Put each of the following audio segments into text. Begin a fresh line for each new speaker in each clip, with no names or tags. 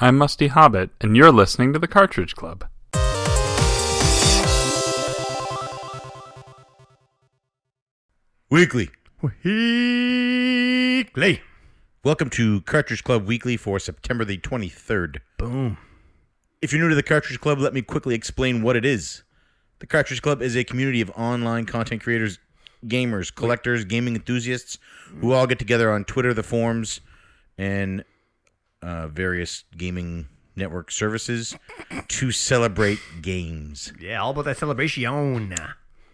I'm Musty Hobbit, and you're listening to The Cartridge Club.
Weekly.
Weekly.
Welcome to Cartridge Club Weekly for September the 23rd.
Boom.
If you're new to the Cartridge Club, let me quickly explain what it is. The Cartridge Club is a community of online content creators, gamers, collectors, gaming enthusiasts who all get together on Twitter, the forums, and uh, various gaming network services to celebrate games.
Yeah, all about that celebration.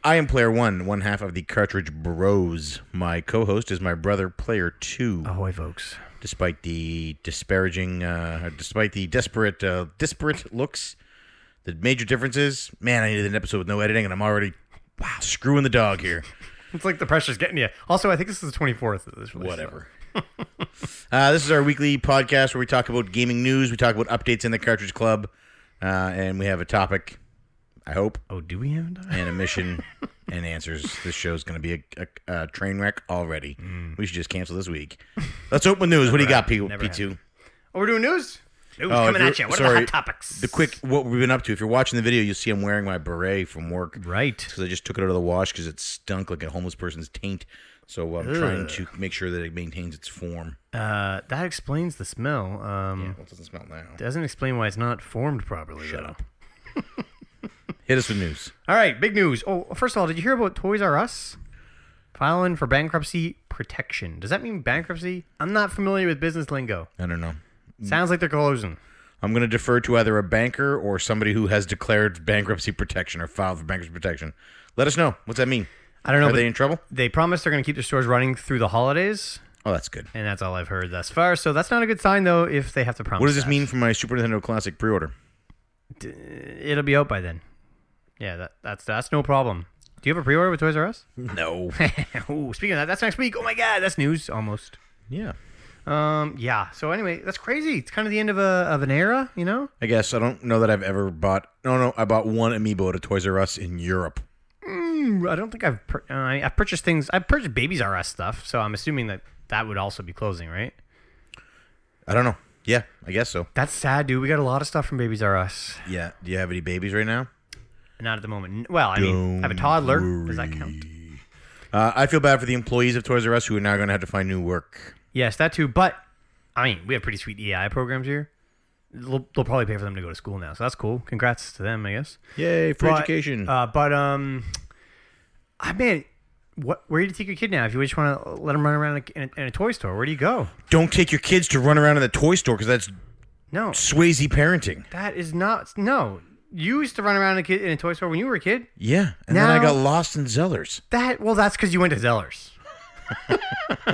I am Player One, one half of the Cartridge Bros. My co host is my brother, Player Two.
Ahoy, folks.
despite the disparaging, uh, or despite the desperate, uh, disparate looks, the major differences. Man, I needed an episode with no editing, and I'm already wow, screwing the dog here.
It's like the pressure's getting you. Also, I think this is the 24th of this release.
Whatever. uh, this is our weekly podcast where we talk about gaming news, we talk about updates in the Cartridge Club, uh, and we have a topic. I hope
Oh, do we have a time?
and a mission and answers. This show's going to be a, a, a train wreck already. We should just cancel this week. Let's open news. what do you got, P-
Mm. Never
P2?
Oh, we're doing news? News
Oh, if
coming
you're-
at you. What are
sorry,
the hot topics?
The quick, what we've been up to. If you're watching the video, you'll see I'm wearing my beret from work
Right.
because I just took it out of the wash because it stunk like a homeless person's taint. So I'm trying to make sure that it maintains its form.
Uh, that explains the smell. Um,
Well, it doesn't smell now.
Doesn't explain why it's not formed properly, Shut Up.
Hit us with news.
All right, big news. Oh, first of all, did you hear about Toys R Us filing for bankruptcy protection? Does that mean bankruptcy? I'm not familiar with business lingo.
I don't know.
Sounds like they're closing.
I'm going to defer to either a banker or somebody who has declared bankruptcy protection or filed for bankruptcy protection. Let us know. What's that mean?
I don't know.
Are
but
they in trouble?
they promised they're going to keep their stores running through the holidays,
Oh, that's good.
and that's all I've heard thus far. So that's not a good sign, though, if they have to promise.
What does this
that.
mean for my Super Nintendo Classic pre-order?
It'll be out by then. Yeah, that, that's that's no problem. Do you have a pre-order with Toys R Us?
No.
Ooh, speaking of that, that's next week. Oh my God, that's news almost.
yeah.
Um, yeah. So anyway, that's crazy. It's kind of the end of a of an era, you know.
I guess I don't know that I've ever bought. No, no, I bought one amiibo at a Toys R Us in Europe.
I don't think I've pur- uh, I- I've purchased things. I've purchased Babies R Us stuff, so I'm assuming that that would also be closing, right?
I don't know. Yeah, I guess so.
That's sad, dude. We got a lot of stuff from Babies R Us.
Yeah. Do you have any babies right now?
Not at the moment. N- Well, I mean, I have a toddler. Does that count?
Uh, I feel bad for the employees of Toys R Us who are now going to have to find new work.
Yes, that too. But I mean, we have pretty sweet EI programs here. They'll, they'll probably pay for them to go to school now, so that's cool. Congrats to them, I guess.
Yay, free
But,
education.
Uh, but um, I mean, what? Where do you take your kid now? If you just want to let him run around in a, in a toy store, where do you go?
don't take your kids to run around in the toy store because that's
No,
Swayze parenting.
that is not. No, you used to run around in a, kid, in a toy store when you were a kid.
Yeah. And then I
Now-
got lost in Zellers.
That well, that's because you went to Zellers.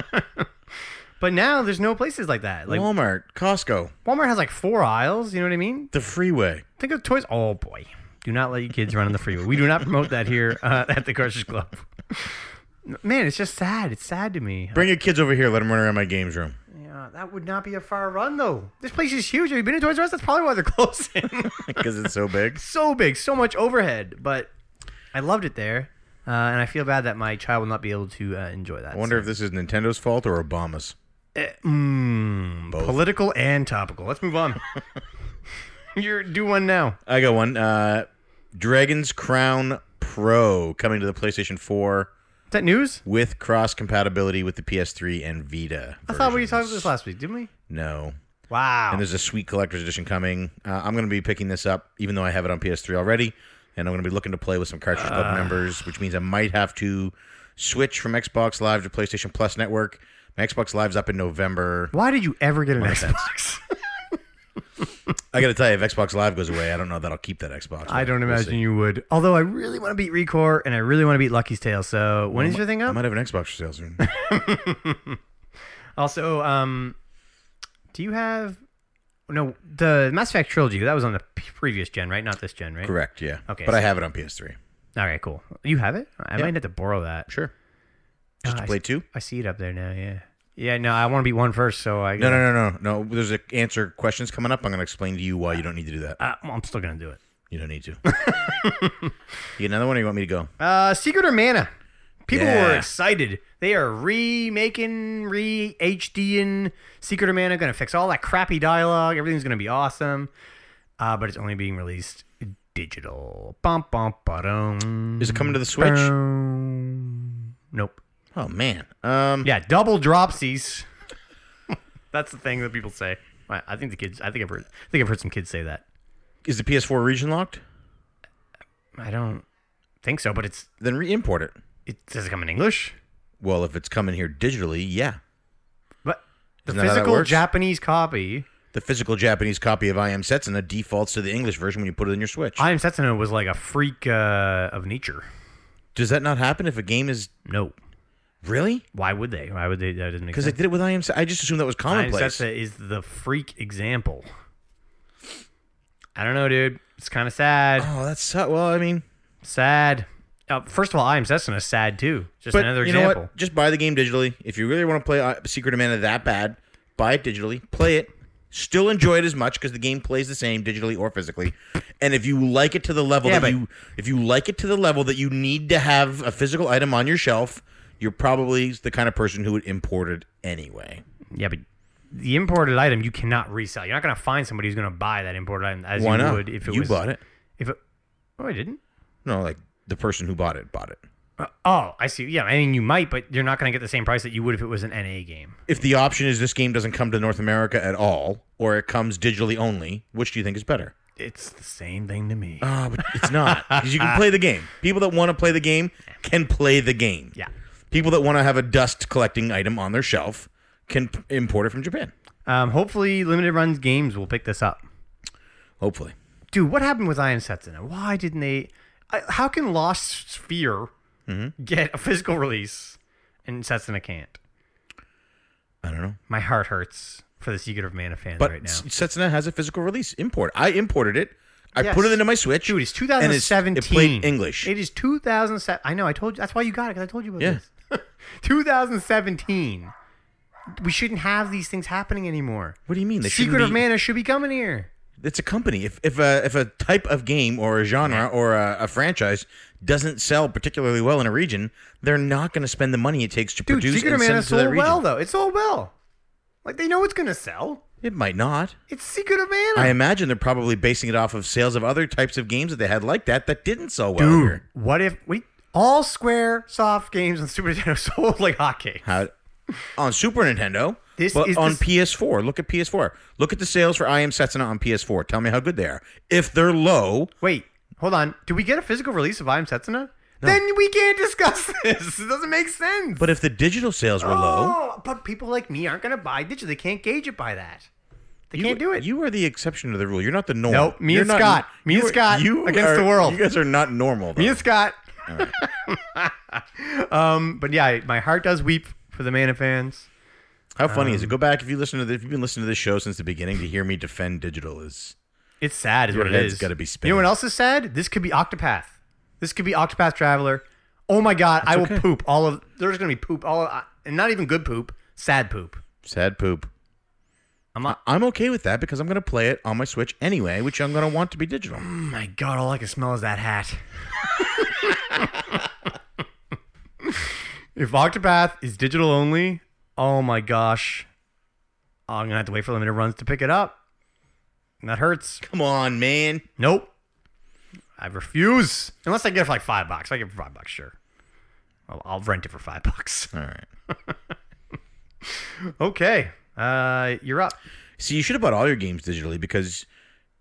but now there's no places like that. Like
Walmart, Costco,
Walmart has like four aisles. You know what I mean?
the freeway.
Think of toys. Oh boy, do not let your kids run on the freeway. We do not promote that here uh, at the Cartridge Club. Man, it's just sad. It's sad to me.
Bring your kids over here. Let them run around my games room.
Yeah, that would not be a far run though. This place is huge. Have you been to Toys R Us? That's probably why they're closing.
Because it's so big.
so big, so much overhead. But I loved it there, uh, and I feel bad that my child will not be able to uh, enjoy that.
I
eh,
wonder if this is Nintendo's fault or Obama's.
Mm, political and topical. Let's move on. You're do one now.
I got one. Uh, Dragon's Crown Pro coming to the PlayStation 4
Is that news?
with cross compatibility with the PS3 and Vita.
I thought we talked about this last week, didn't we?
No.
Wow.
And there's a sweet collector's edition coming. Uh, I'm going to be picking this up, even though I have it on PS3 already. And I'm going to be looking to play with some Cartridge Club
Ah.
members, which means I might have to switch from Xbox Live to PlayStation Plus Network. My Xbox Live's up in November.
Why did you ever get an Xbox?
I got to tell you, if Xbox Live goes away, I don't know that I'll keep that Xbox.
I don't
We'll
imagine
see.
you would. Although I really want to beat Recore and I really want to beat Lucky's Tale. So when is your thing
I
up?
might have an Xbox for sale soon.
Also, um, do you have no the Mass Effect trilogy? That was on the p- previous gen, right? Not this gen, right?
Correct, yeah.
Okay,
But I
so-
have it on PS3.
All right, cool. You have it? I might have to borrow that.
Sure. Just
Ah,
to
I
play
see.
two?
I see it up there now. Yeah. Yeah. No, I want to beat one first. So I.
No, no, no, no, no. There's a answer questions coming up. I'm going to explain to you why you don't need to do that.
Uh, well, I'm still gonna do it.
You don't need to. you get another one, or you want me to go?
Uh, Secret or Mana? People were
Yeah.
excited. They are remaking, re HDing Secret of Mana. Going to fix all that crappy dialogue. Everything's going to be awesome. Uh, but it's only being released digital. Bum, bum, ba-dum.
Is it coming to the Switch?
uh, Boom. Nope.
Oh man. Um,
Yeah, double dropsies. That's the thing that people say. I I think the kids. I think I've heard. I think I've heard some kids say that.
is the PS4 region locked?
I don't think so, but it's
Then re-import it.
it does it come in English?
Well, if it's coming here digitally, yeah.
But the
Isn't that how that
physical
works?
Japanese copy.
The physical Japanese copy of I Am Setsuna defaults to the English version when you put it in your Switch.
I am Setsuna was like a freak uh, of nature.
Does that not happen if a game is
No,
really?
why would they? Why would they? That doesn't make
Because
sense.
they did it with I Am. Se- I just assumed that was
I am
commonplace.
Setsuna is the freak example. I don't know, dude. It's kind of sad.
Oh, that's so- well. I mean,
Sad. Uh, first of all, I am Setsuna is sad too. Just
but
another
you
example.
know what? Just buy the game digitally. If you really want to play uh, Secret of Mana that bad, buy it digitally. Play it. Still enjoy it as much because the game plays the same digitally or physically. And if you like it to the level
Yeah,
that
but-
you, if you like it to the level that you need to have a physical item on your shelf, you're probably the kind of person who would import it anyway.
Yeah, but the imported item you cannot resell. You're not going to find somebody who's going to buy that imported item as
Why
you
not?
would if it
you
was
bought it.
If it, oh, I didn't.
No, like the person who bought it bought it.
Uh, oh, I see. Yeah, I mean you might, but you're not going to get the same price that you would if it was an NA game.
If the option is this game doesn't come to North America at all, or it comes digitally only, which do you think is better?
It's the same thing to me.
Ah, but it's not because you can play the game. People that want to play the game can play the game.
Yeah.
People that want to have a dust collecting item on their shelf can p- import it from Japan.
Um, hopefully, limited runs games will pick this up.
Hopefully,
Dude, what happened with Iron Setsuna? Why didn't they? I, how can Lost Sphere
Mm-hmm.
get a physical release and Setsuna can't?
I don't know.
My heart hurts for the Secret of Mana fans
But
right now.
S- Setsuna has a physical release import. I imported it. I
Yes.
put it into my Switch.
Dude, it's
and
2017.
It played English.
It is 2007. I know. I told you. That's why you got it. Because I told you about
Yeah.
this. 2017. We shouldn't have these things happening anymore.
what do you mean? They shouldn't
Secret of
be-
Mana should be coming here.
it's a company. If if a if a type of game or a genre or a, a franchise doesn't sell particularly well in a region, they're not going to spend the money it takes to
Dude,
produce
Secret of
and send
Mana
it to that
sold
region.
well though. It sold well. Like they know it's gonna sell.
It might not.
It's Secret of Mana.
I imagine they're probably basing it off of sales of other types of games that they had like that that didn't sell well.
Dude,
here.
what if we all Square Soft games on Super Nintendo sold like hotcakes?
How, on Super Nintendo,
This
but
is
on
this-
PS4. Look at PS4. Look at the sales for I Am Setsuna on PS4. Tell me how good they are. If they're low,
Wait, hold on. Do we get a physical release of I Am Setsuna? Then we can't discuss this. It doesn't make sense.
but if the digital sales were low,
Oh, but people like me aren't going to buy digital. They can't gauge it by that. They can't do it.
You are the exception to the rule. You're not the norm.
Nope, me
You're
and Scott. Me
you
and
are-
Scott against
are-
the world.
You guys are not normal. Though.
me and Scott. um, but yeah, I- my heart does weep for the Mana fans.
How funny
Um,
is it? Go back if you listen to the, if you've been listening to this show since the beginning to hear me defend digital is
It's sad, is
Your
what it
head's
is.
gotta be
You
spinning.
know what else is sad? This could be Octopath. This could be Octopath Traveler. Oh my God, I will
okay.
poop all of. There's gonna be poop all, of, and not even good poop. Sad poop.
sad poop.
I'm not.
I'm okay with that because I'm going to play it on my Switch anyway, which I'm going to want to be digital.
Oh my God, all I can smell is that hat. if Octopath is digital only, oh my gosh, I'm gonna have to wait for limited runs to pick it up. And that hurts.
Come on, man.
Nope. I refuse. Unless I get it for like five bucks. I get it for five bucks, sure. I'll, I'll rent it for five bucks.
All right.
Okay. Uh, you're up.
See, you should have bought all your games digitally because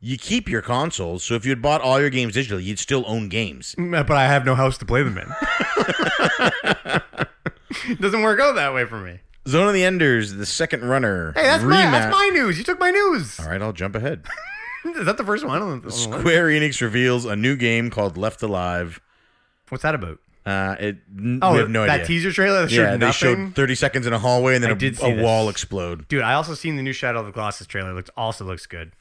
you keep your consoles. So if you had bought all your games digitally, you'd still own games.
Mm, But I have no house to play them in. it doesn't work out that way for me.
Zone of the Enders, the second runner.
Hey, that's my, that's
rematch-
my news. You took my news.
All right, I'll jump ahead.
Is that the first one? I don't know.
Square Enix reveals a new game called Left Alive.
What's that about?
Uh, it, oh,
Oh,
we have no
that
idea.
teaser trailer that showed
yeah, they
nothing.
showed 30 seconds in a hallway and then
I
a
did see
a
this.
wall explode.
Dude, I also seen the new Shadow of the Colossus trailer. Looks also looks good.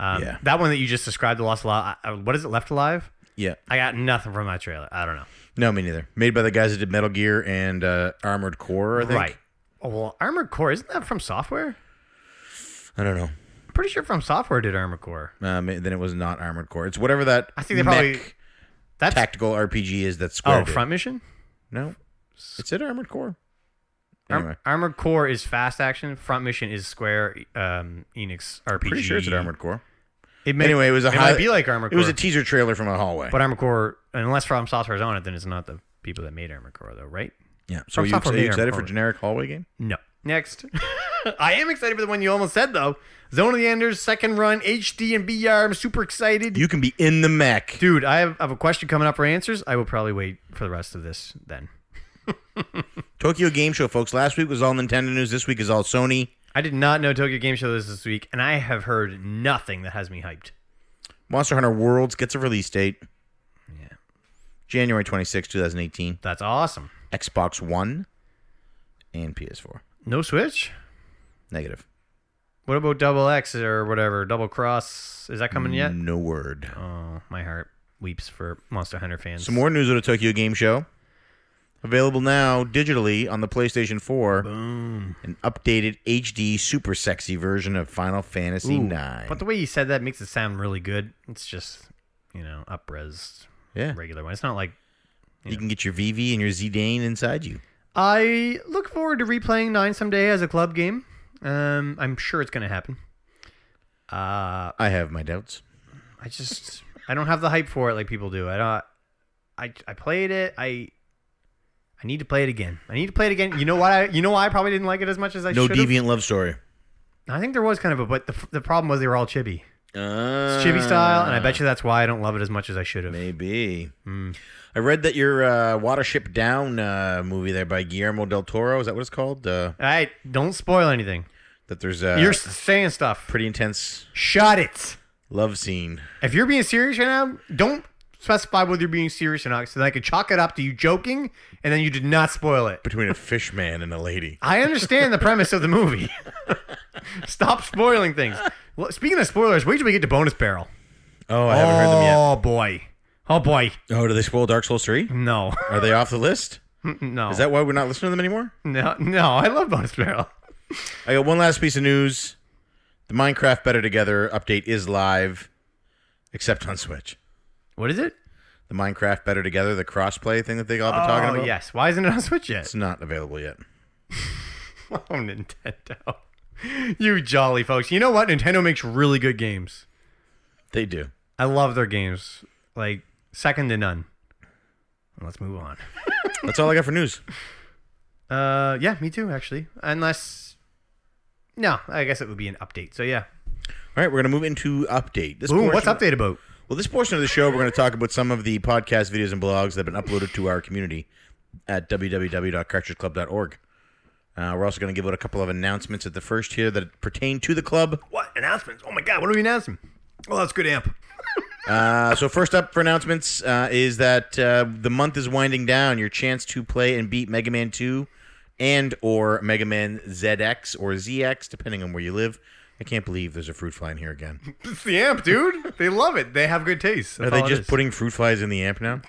Um,
Yeah.
That one that you just described, the Lost Alive. I- I- What is it? Left Alive.
Yeah.
I got nothing from that trailer. I don't know.
No, me neither. Made by the guys that did Metal Gear and uh, Armored Core, I think.
Right. Oh, well, Armored Core isn't that from software?
I don't know.
I'm pretty sure from software did Armored Core.
Um, then it was not Armored Core. It's whatever that
I think they probably-
mech
That's
tactical RPG is that Square
oh
did.
front mission.
No, It's in Armored Core.
Arm-
Anyway,
Armored Core is fast action. Front Mission is Square um, Enix RPG.
pretty sure it's at Armored Core.
It may,
Anyway, it was a
it
high,
might be like Armored
It was
Core.
a teaser trailer from a hallway.
but Armored Core, unless From Software's on it, then it's not the people that made Armored Core, though, right?
yeah. So
From
are you,
Software
are you
made
excited
Armored
for
Core.
generic hallway game?
No. Next. I am excited for the one you almost said, though. Zone of the Enders, second run, HD and BR. I'm super excited.
You can be in the mech.
Dude, I have, I have a question coming up for answers. I will probably wait for the rest of this then.
Tokyo Game Show, folks. Last week was all Nintendo news. This week is all Sony.
I did not know Tokyo Game Show was this week, and I have heard nothing that has me hyped.
Monster Hunter Worlds gets a release date.
Yeah.
January twenty sixth, 2018.
That's awesome.
Xbox One and PS4.
No Switch?
Negative.
What about Double X or whatever? Double Cross? Is that coming yet?
No word.
Oh, my heart weeps for Monster Hunter fans.
Some more news at the Tokyo Game Show. Available now digitally on the PlayStation 4.
Boom.
An updated HD super sexy version of Final Fantasy
Ooh,
IX.
But the way you said that makes it sound really good. It's just, you know, upres
yeah.
regular one. It's not like
You can get your VV and your Zidane inside you.
I look forward to replaying nine someday as a club game. Um, I'm sure it's going to happen. Uh,
I have my doubts.
I just I don't have the hype for it like people do. I don't. I I played it. I I need to play it again. I need to play it again. You know what? I you know why I probably didn't like it as much as I
no
should. have?
deviant love story.
I think there was kind of a but the, the problem was they were all chibi, it's chibi style, and I bet you that's why I don't love it as much as I should have.
Uh, Ah, Maybe.
Hmm.
I read that your uh, Watership Down uh, movie there by Guillermo del Toro, is that what it's called? Uh,
All right, don't spoil anything.
that there's a
You're saying stuff.
pretty intense
Shut it.
love scene.
If you're being serious right now, don't specify whether you're being serious or not, so that I could chalk it up to you joking, and then you did not spoil it.
between a fish man and a lady.
I understand the premise of the movie. Stop spoiling things. Well, speaking of spoilers, wait till we get to bonus barrel.
Oh, I haven't heard them yet.
Oh boy. Oh boy.
Oh, do they spoil Dark Souls 3?
No.
Are they off the list?
no.
Is that why we're not listening to them anymore?
no? No. I love bonus barrel.
I got one last piece of news. The Minecraft Better Together update is live, except on Switch.
What is it?
The Minecraft Better Together, the crossplay thing that they all been talking
oh
about,
yes. Why isn't it on Switch yet?
it's not available yet.
Oh Nintendo. You jolly folks. You know what? Nintendo makes really good games.
They do.
I love their games. Like second to none. Let's move on.
That's all I got for news.
Uh, yeah, me too actually. Unless, no, I guess it would be an update. So yeah,
All right, we're gonna move into update. This
Ooh,
portion-
what's update about?
Well, this portion of the show, we're going to talk about some of the podcast videos and blogs that have been uploaded to our community at www.cartridgeclub.org. Uh, we're also going to give out a couple of announcements at the first here that pertain to the club.
What announcements? Oh my god, what are we announcing? Oh, that's good amp.
Uh, so, first up for announcements uh, is that uh, the month is winding down. Your chance to play and beat Mega Man 2 and or Mega Man ZX or ZX, depending on where you live. I can't believe there's a fruit fly in here again.
It's the amp, dude. They love it. They have good taste.
Are they just putting fruit flies in the amp now?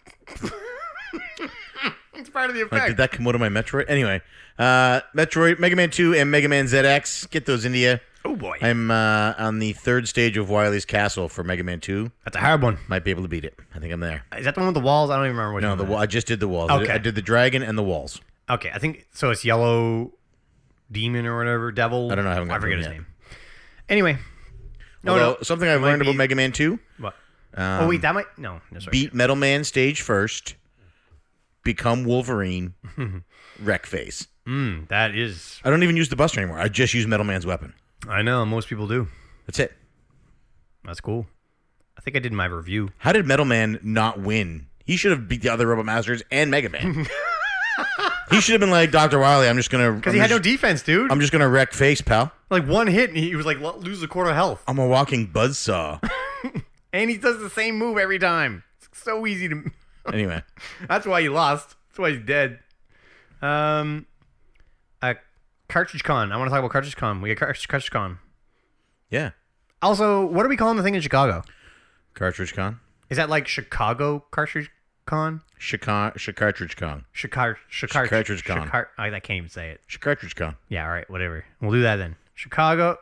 It's part of the
Like,
effect.
Oh, did that come out of my Metroid? Anyway, uh, Metroid, Mega Man 2, and Mega Man ZX. Get those into you.
oh boy,
I'm uh, on the third stage of Wily's Castle for Mega Man 2.
that's a hard one.
Might be able to beat it. I think I'm there.
Is that the one with the walls? I don't even remember which
No,
one.
the
that
wall. I just did the walls. I did-
Okay.
I did the dragon and the walls.
is. Okay, I think so. It's yellow, demon or whatever, devil.
I don't know, I haven't
I
gotten
forget
to
his
him
name. Anyway, no,
Although, um,
no.
something I've
might
learned
be-
about Mega Man 2:
What? oh wait, that might no. no sorry.
beat Metal Man stage first, become Wolverine, wreck face.
Mm, that is.
I don't even use the Buster anymore. I just use Metal Man's weapon.
I know most people do.
That's it.
That's cool. I think I did my review.
How did Metal Man not win? He should have beat the other Robot Masters and Mega Man. he should have been like Doctor Wily. I'm just gonna.
Because he had no defense, dude.
I'm just gonna wreck face, pal.
like one hit, and he was like lo- lose a quarter health.
I'm a walking buzzsaw.
And he does the same move every time. It's so easy to.
anyway,
That's why he lost. That's why he's dead. Um, uh, Cartridge Con. I want to talk about Cartridge Con. We got Cartridge, Cartridge Con.
yeah.
Also, what are we calling the thing in Chicago?
Cartridge Con,
Is that like Chicago Cartridge Con?
Chica- Sh- Cartridge Con,
Shikar, Shikar,
Cartridge Con.
Shikar, I, I can't even say it.
Sh- Cartridge Con,
Yeah, all right, whatever. We'll do that then. Chicago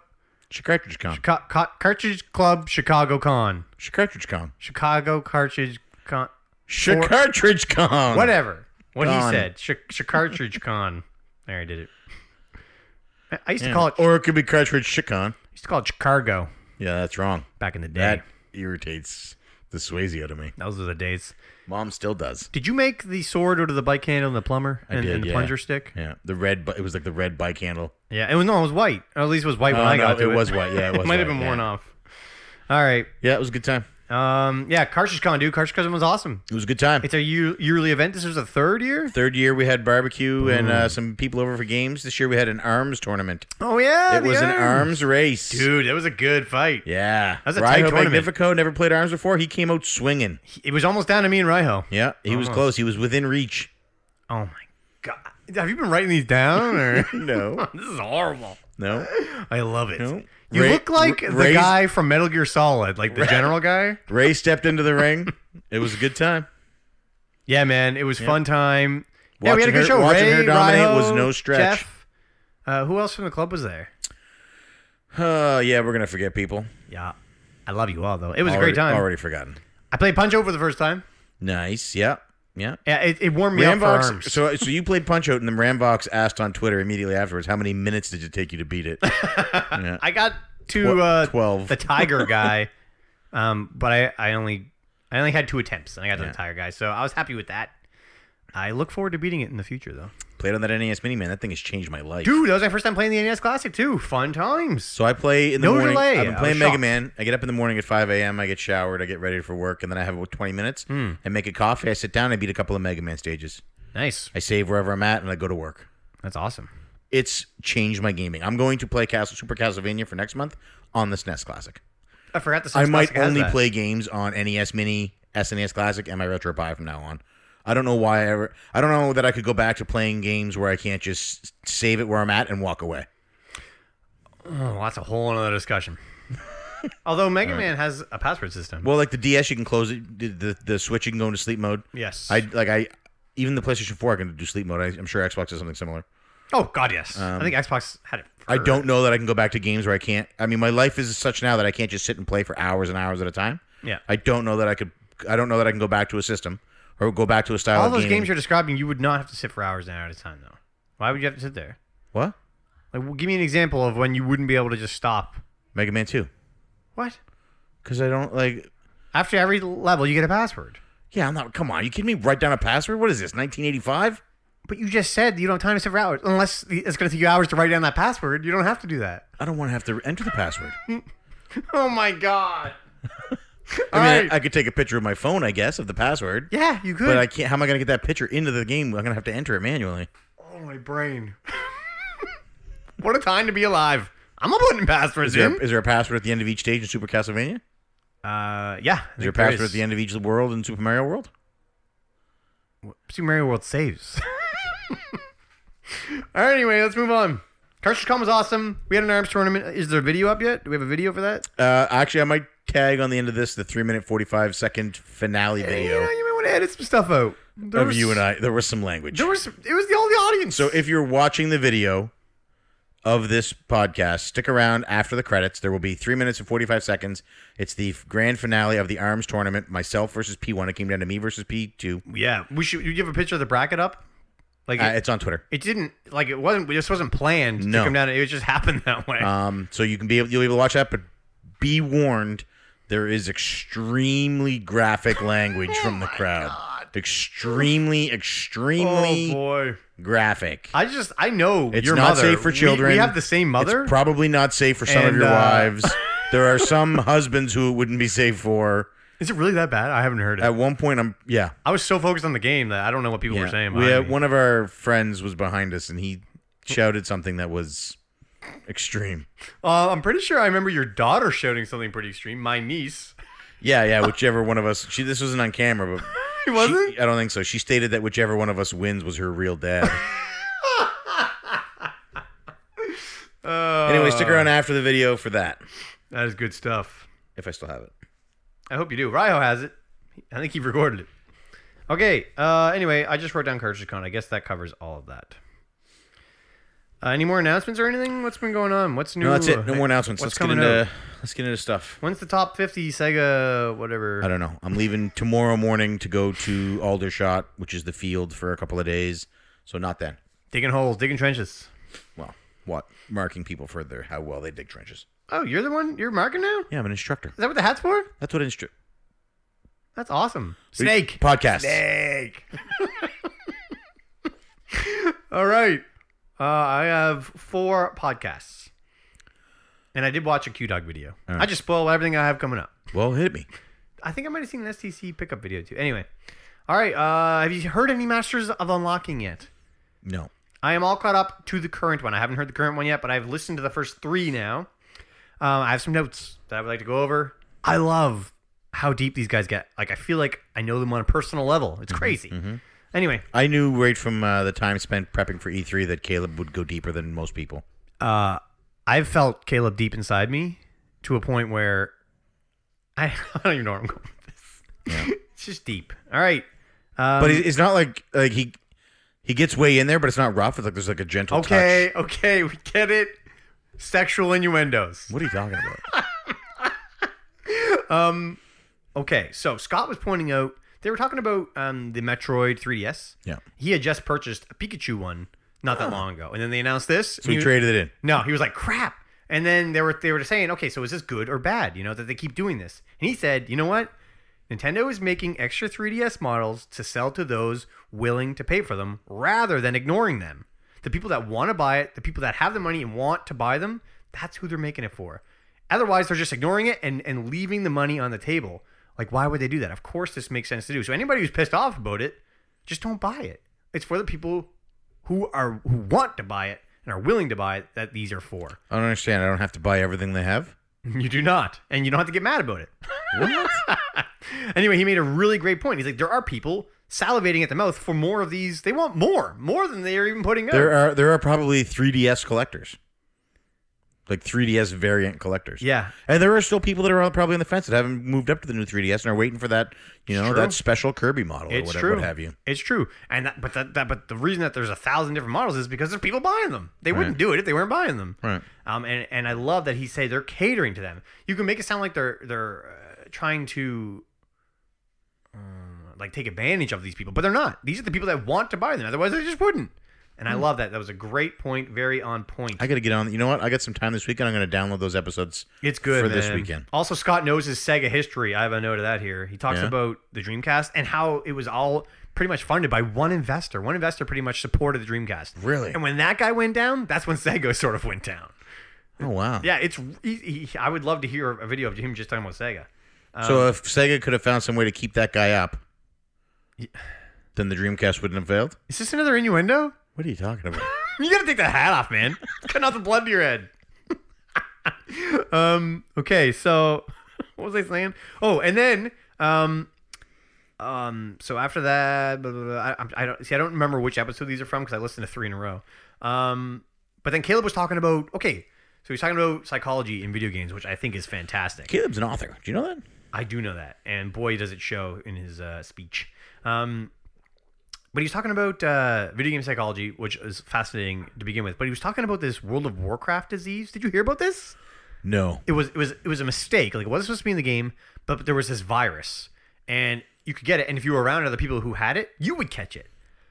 Sh- Cartridge Con,
Ca- Ca- Cartridge Club Chicago Con.
Sh- Cartridge Con,
Chicago Cartridge Con.
Sh- Cartridge Con.
Whatever. What
Con.
he said, Sh- sh- cartridge con. There, I did it. I- I used to
Yeah.
call it.
or it could be cartridge chicon.
I used to call it Chicago
Yeah, that's wrong.
back in the day.
That irritates the Swayze out of me.
Those were the days.
Mom still does.
Did you make the sword out of the bike handle and the plumber
I
and,
did,
and the
yeah.
plunger stick?
Yeah, the red. bu- It was like the red bike handle.
Yeah, it was no, it was white. Or at least it was white when
Oh,
I
no,
got to
it
it.
was white. Yeah, it was
might have
white,
been worn
yeah.
off. All right.
Yeah, it was a good time.
Um, yeah, Cartridge Con, dude. Cartridge Con was awesome.
It was a good time.
It's a year, yearly event. This was the third year.
Third year we had barbecue and
Mm.
uh, some people over for games. This year we had an arms tournament.
Oh yeah,
It
the
was an
arms.
arms race.
dude. It was a good fight.
Yeah.
That's a tight
Raiho
tournament.
Magnifico never played arms before. He came out swinging.
It was almost down to me and Raiho.
Yeah, he was
Almost.
close. He was within reach.
Oh my god, have you been writing these down or?
No,
this is horrible.
no.
I love it.
No.
You
Ray-
look like
Ra-
the
Ray's-
guy from Metal Gear Solid, like the general guy.
Ray stepped into the ring. It was a good time.
Yeah, man, it was fun time. yeah, we had
Watching
a good
her-
show.
watching
Ray,
her dominate was
Raiho,
no stretch.
Jeff. Uh, who else from the club was there?
Uh, yeah, we're gonna forget people.
Yeah, I love you all though. It was
Already-
a great time.
Already forgotten.
I played Punch Out for the first time.
Nice. Yeah. Yeah.
Yeah, it, it warmed me up for
Ramvox.
arms.
So, so you played Punch Out, and then Ramvox asked on Twitter immediately afterwards, "How many minutes did it take you to beat it?" yeah.
I got to
Tw-
uh,
12.
the tiger guy, um, but I, I only I only had two attempts and I got to
Yeah.
the tiger guy, so I was happy with that. I look forward to beating it in the future, though.
Played on that NES Mini Man. That thing has changed my life.
Dude, that was my first time playing the NES Classic too. Fun times.
So I play in the
No
morning.
delay.
I've been
I
playing
was
Mega
shocked.
Man. I get up in the morning at 5 a.m. I get showered. I get ready for work, and then I have about 20 minutes.
Hmm.
I make a coffee. I sit down. I beat a couple of Mega Man stages.
Nice.
I save wherever I'm at, and I go to work.
That's awesome.
It's changed my gaming. I'm going to play Castle Super Castlevania for next month on the SNES Classic.
I forgot the.
I
SNES
might
Classic has
only
that.
play games on NES Mini, SNES Classic, and my Retro Pie from now on. I don't know why I ever. I don't know that I could go back to playing games where I can't just save it where I'm at and walk away.
Oh, that's a whole other discussion. Although Mega Man has a password system.
Well, like the DS, you can close it. The the, the Switch, you can go into sleep mode.
yes.
I like I even the PlayStation 4 I can do sleep mode. I, I'm sure Xbox is something similar.
oh God, yes. I think Xbox had it.
um, I
first.
don't know that I can go back to games where I can't. I mean, my life is such now that I can't just sit and play for hours and hours at a time.
Yeah.
I don't know that I could. I don't know that I can go back to a system or go back to a style.
All
of
those
gaming.
games you're describing, you would not have to sit for hours and hours at a time, though. Why would you have to sit there?
what?
Like, well, give me an example of when you wouldn't be able to just stop.
Mega Man 2.
What?
Because I don't like.
After every level, you get a password.
Yeah, I'm not. Come on, you kidding me? Write down a password. What is this? 1985?
But you just said you don't have time to sit for hours. Unless it's going to take you hours to write down that password, you don't have to do that.
I don't want to have to enter the password. I mean,
Oh my god.
I,
Alright.
I could take a picture of my phone, I guess, of the password.
Yeah, you could.
But I can't. How am I going to get that picture into the game? I'm going to have to enter it manually.
oh my brain. what a time to be alive. I'm a putting passwords
Is there,
in.
is there a password at the end of each stage in Super Castlevania? Is
Uh, yeah.
there a password at the end of each world in Super Mario World?
Super Mario World saves. All right, anyway, let's move on. Cartridge Con was awesome. We had an arms tournament. Is there a video up yet? Do we have a video for that?
Uh, actually, I might tag on the end of this the three minute forty five second finale
You
video
know, you may want to edit some stuff out. There
of
was-
you and I. There was some language.
There was it was the all the audience.
So if you're watching the video of this podcast, stick around after the credits. There will be three minutes and 45 seconds. It's the f- grand finale of the ARMS tournament. Myself versus P1. It came down to me versus P2.
yeah, we should. You give a picture of the bracket up. Like
Uh,
it,
it's on Twitter.
it didn't. Like it wasn't. This wasn't planned.
No.
to come down. It just happened that way.
Um, so you can be able, you'll be able to watch that, but be warned, there is extremely graphic language from the crowd. Extremely,
oh
extremely
boy.
graphic.
I just I know
It's
your
not
mother.
safe for
We-
children.
We, have the same mother.
It's probably not safe for some of
And,
your
uh,
wives. there are some husbands who it wouldn't be safe for.
Is it really that bad? I haven't heard it.
At one point, I'm yeah.
I was so focused on the game that I don't know what people were
Uh, Yeah.
saying.
We
behind
had-
me.
one of our friends was behind us, and he shouted something that was extreme.
Uh, I'm pretty sure I remember your daughter shouting something pretty extreme. My niece.
Yeah, yeah. Whichever one of us. She this wasn't on camera, but
It wasn't?
she- I don't think so. She stated that whichever one of us wins was her real dad.
Uh,
anyway, stick around after the video for that,
That is good stuff.
if I still have it.
I hope you do. Ryo has it. I think he recorded it. Okay. Uh, anyway, I just wrote down Cartridge Con. I guess that covers all of that. Uh, any more announcements or anything? What's been going on? What's new?
No, that's it. No more announcements. Let's
What's
get
coming
into
out?
let's get into stuff.
When's the top 50 Sega whatever?
I don't know. I'm leaving tomorrow morning to go to Aldershot, which is the field for a couple of days. So not then.
Digging holes, digging trenches.
Well, what marking people for their how well they dig trenches.
Oh, you're the one you're marking now? Is
Yeah, I'm an instructor.
that what the hat's for?
That's what instructor
That's awesome. Snake.
podcast.
Snake. All right. Uh, I have four podcasts. And I did watch a Q Dog video. I just spoiled everything I have coming up.
Well, hit me.
I think I might have seen an STC pickup video too. Anyway. All right. Uh, have you heard any Masters of Unlocking yet?
No.
I am all caught up to the current one. I haven't heard the current one yet, but I've listened to the first three now. Um, I have some notes that I would like to go over. I love how deep these guys get. Like, I feel like I know them on a personal level. It's crazy. Anyway,
I knew right from uh, the time spent prepping for E3 that Caleb would go deeper than most people.
uh, I've felt Caleb deep inside me to a point where I, I don't even know where I'm going with this. it's just deep. All right. Um,
But it- it's not like like he he gets way in there, but it's not rough. It's like there's like a gentle
okay, okay, we get it. Sexual innuendos.
touch. What are you talking about?
Okay, so Scott was pointing out they were talking about um, the Metroid 3DS.
yeah.
He had just purchased a Pikachu one not that long ago, and then they announced this.
So he traded it in.
No, he was like, "Crap!" And then they were they were saying, "Okay, so is this good or bad? You know that they keep doing this?" And he said, "You know what? Nintendo is making extra 3DS models to sell to those willing to pay for them, rather than ignoring them. The people that want to buy it, the people that have the money and want to buy them, that's who they're making it for. Otherwise, they're just ignoring it and and leaving the money on the table. Like, why would they do that? Of course, this makes sense to do. So anybody who's pissed off about it, just don't buy it. It's for the people who are who want to buy it and are willing to buy it that these are for.
I don't understand. I don't have to buy everything they have.
You do not, and you don't have to get mad about it. anyway, he made a really great point. He's like, there are people salivating at the mouth for more of these. They want more, more than they are even putting out.
There are there are probably 3DS collectors, like 3DS variant collectors.
yeah,
And there are still people that are probably on the fence that haven't moved up to the new 3DS and are waiting for that, you know,
It's true.
that special Kirby model or
it's
whatever
true.
what have you.
It's true. And that, but that, that, but the reason that there's a thousand different models is because there's people buying them. They wouldn't do it if they weren't buying them.
Right.
Um, and, and I love that he say they're catering to them. You can make it sound like they're they're uh, trying to um, like take advantage of these people, but they're not. These are the people that want to buy them. Otherwise, they just wouldn't. And I love that. That was a great point. Very on point.
Hmm. I got to get on. You know what? I got some time this weekend. I'm going to download those episodes.
It's good
for this
man.
weekend.
Also, Scott knows his Sega history. I have a note of that here. He talks
Yeah.
about the Dreamcast and how it was all pretty much funded by one investor. One investor pretty much supported the Dreamcast.
Really?
And when that guy went down, that's when Sega sort of went down.
Oh, wow.
Yeah, it's. He, he, I would love to hear a video of him just talking about Sega.
so
um,
if Sega could have found some way to keep that guy up, then the Dreamcast wouldn't have failed?
Is this another innuendo?
What are you talking about?
You gotta take that hat off, man. It's Cutting out the blood to your head. um. Okay. So, what was I saying? Oh, and then um, um. So after that, blah, blah, blah, I, I'm- I don't see. I don't remember which episode these are from because I listened to three in a row. Um. But then Caleb was talking about okay. So he's talking about psychology in video games, which I think is fantastic.
Caleb's an author. Do you know that?
I do know that, and boy, does it show in his uh, speech. Um, but he's talking about uh, video game psychology, which is fascinating to begin with. But he was talking about this World of Warcraft disease. Did you hear about this?
No.
It was it was it was a mistake. Like it wasn't supposed to be in the game, but there was this virus, and you could get it. And if you were around other people who had it, you would catch it.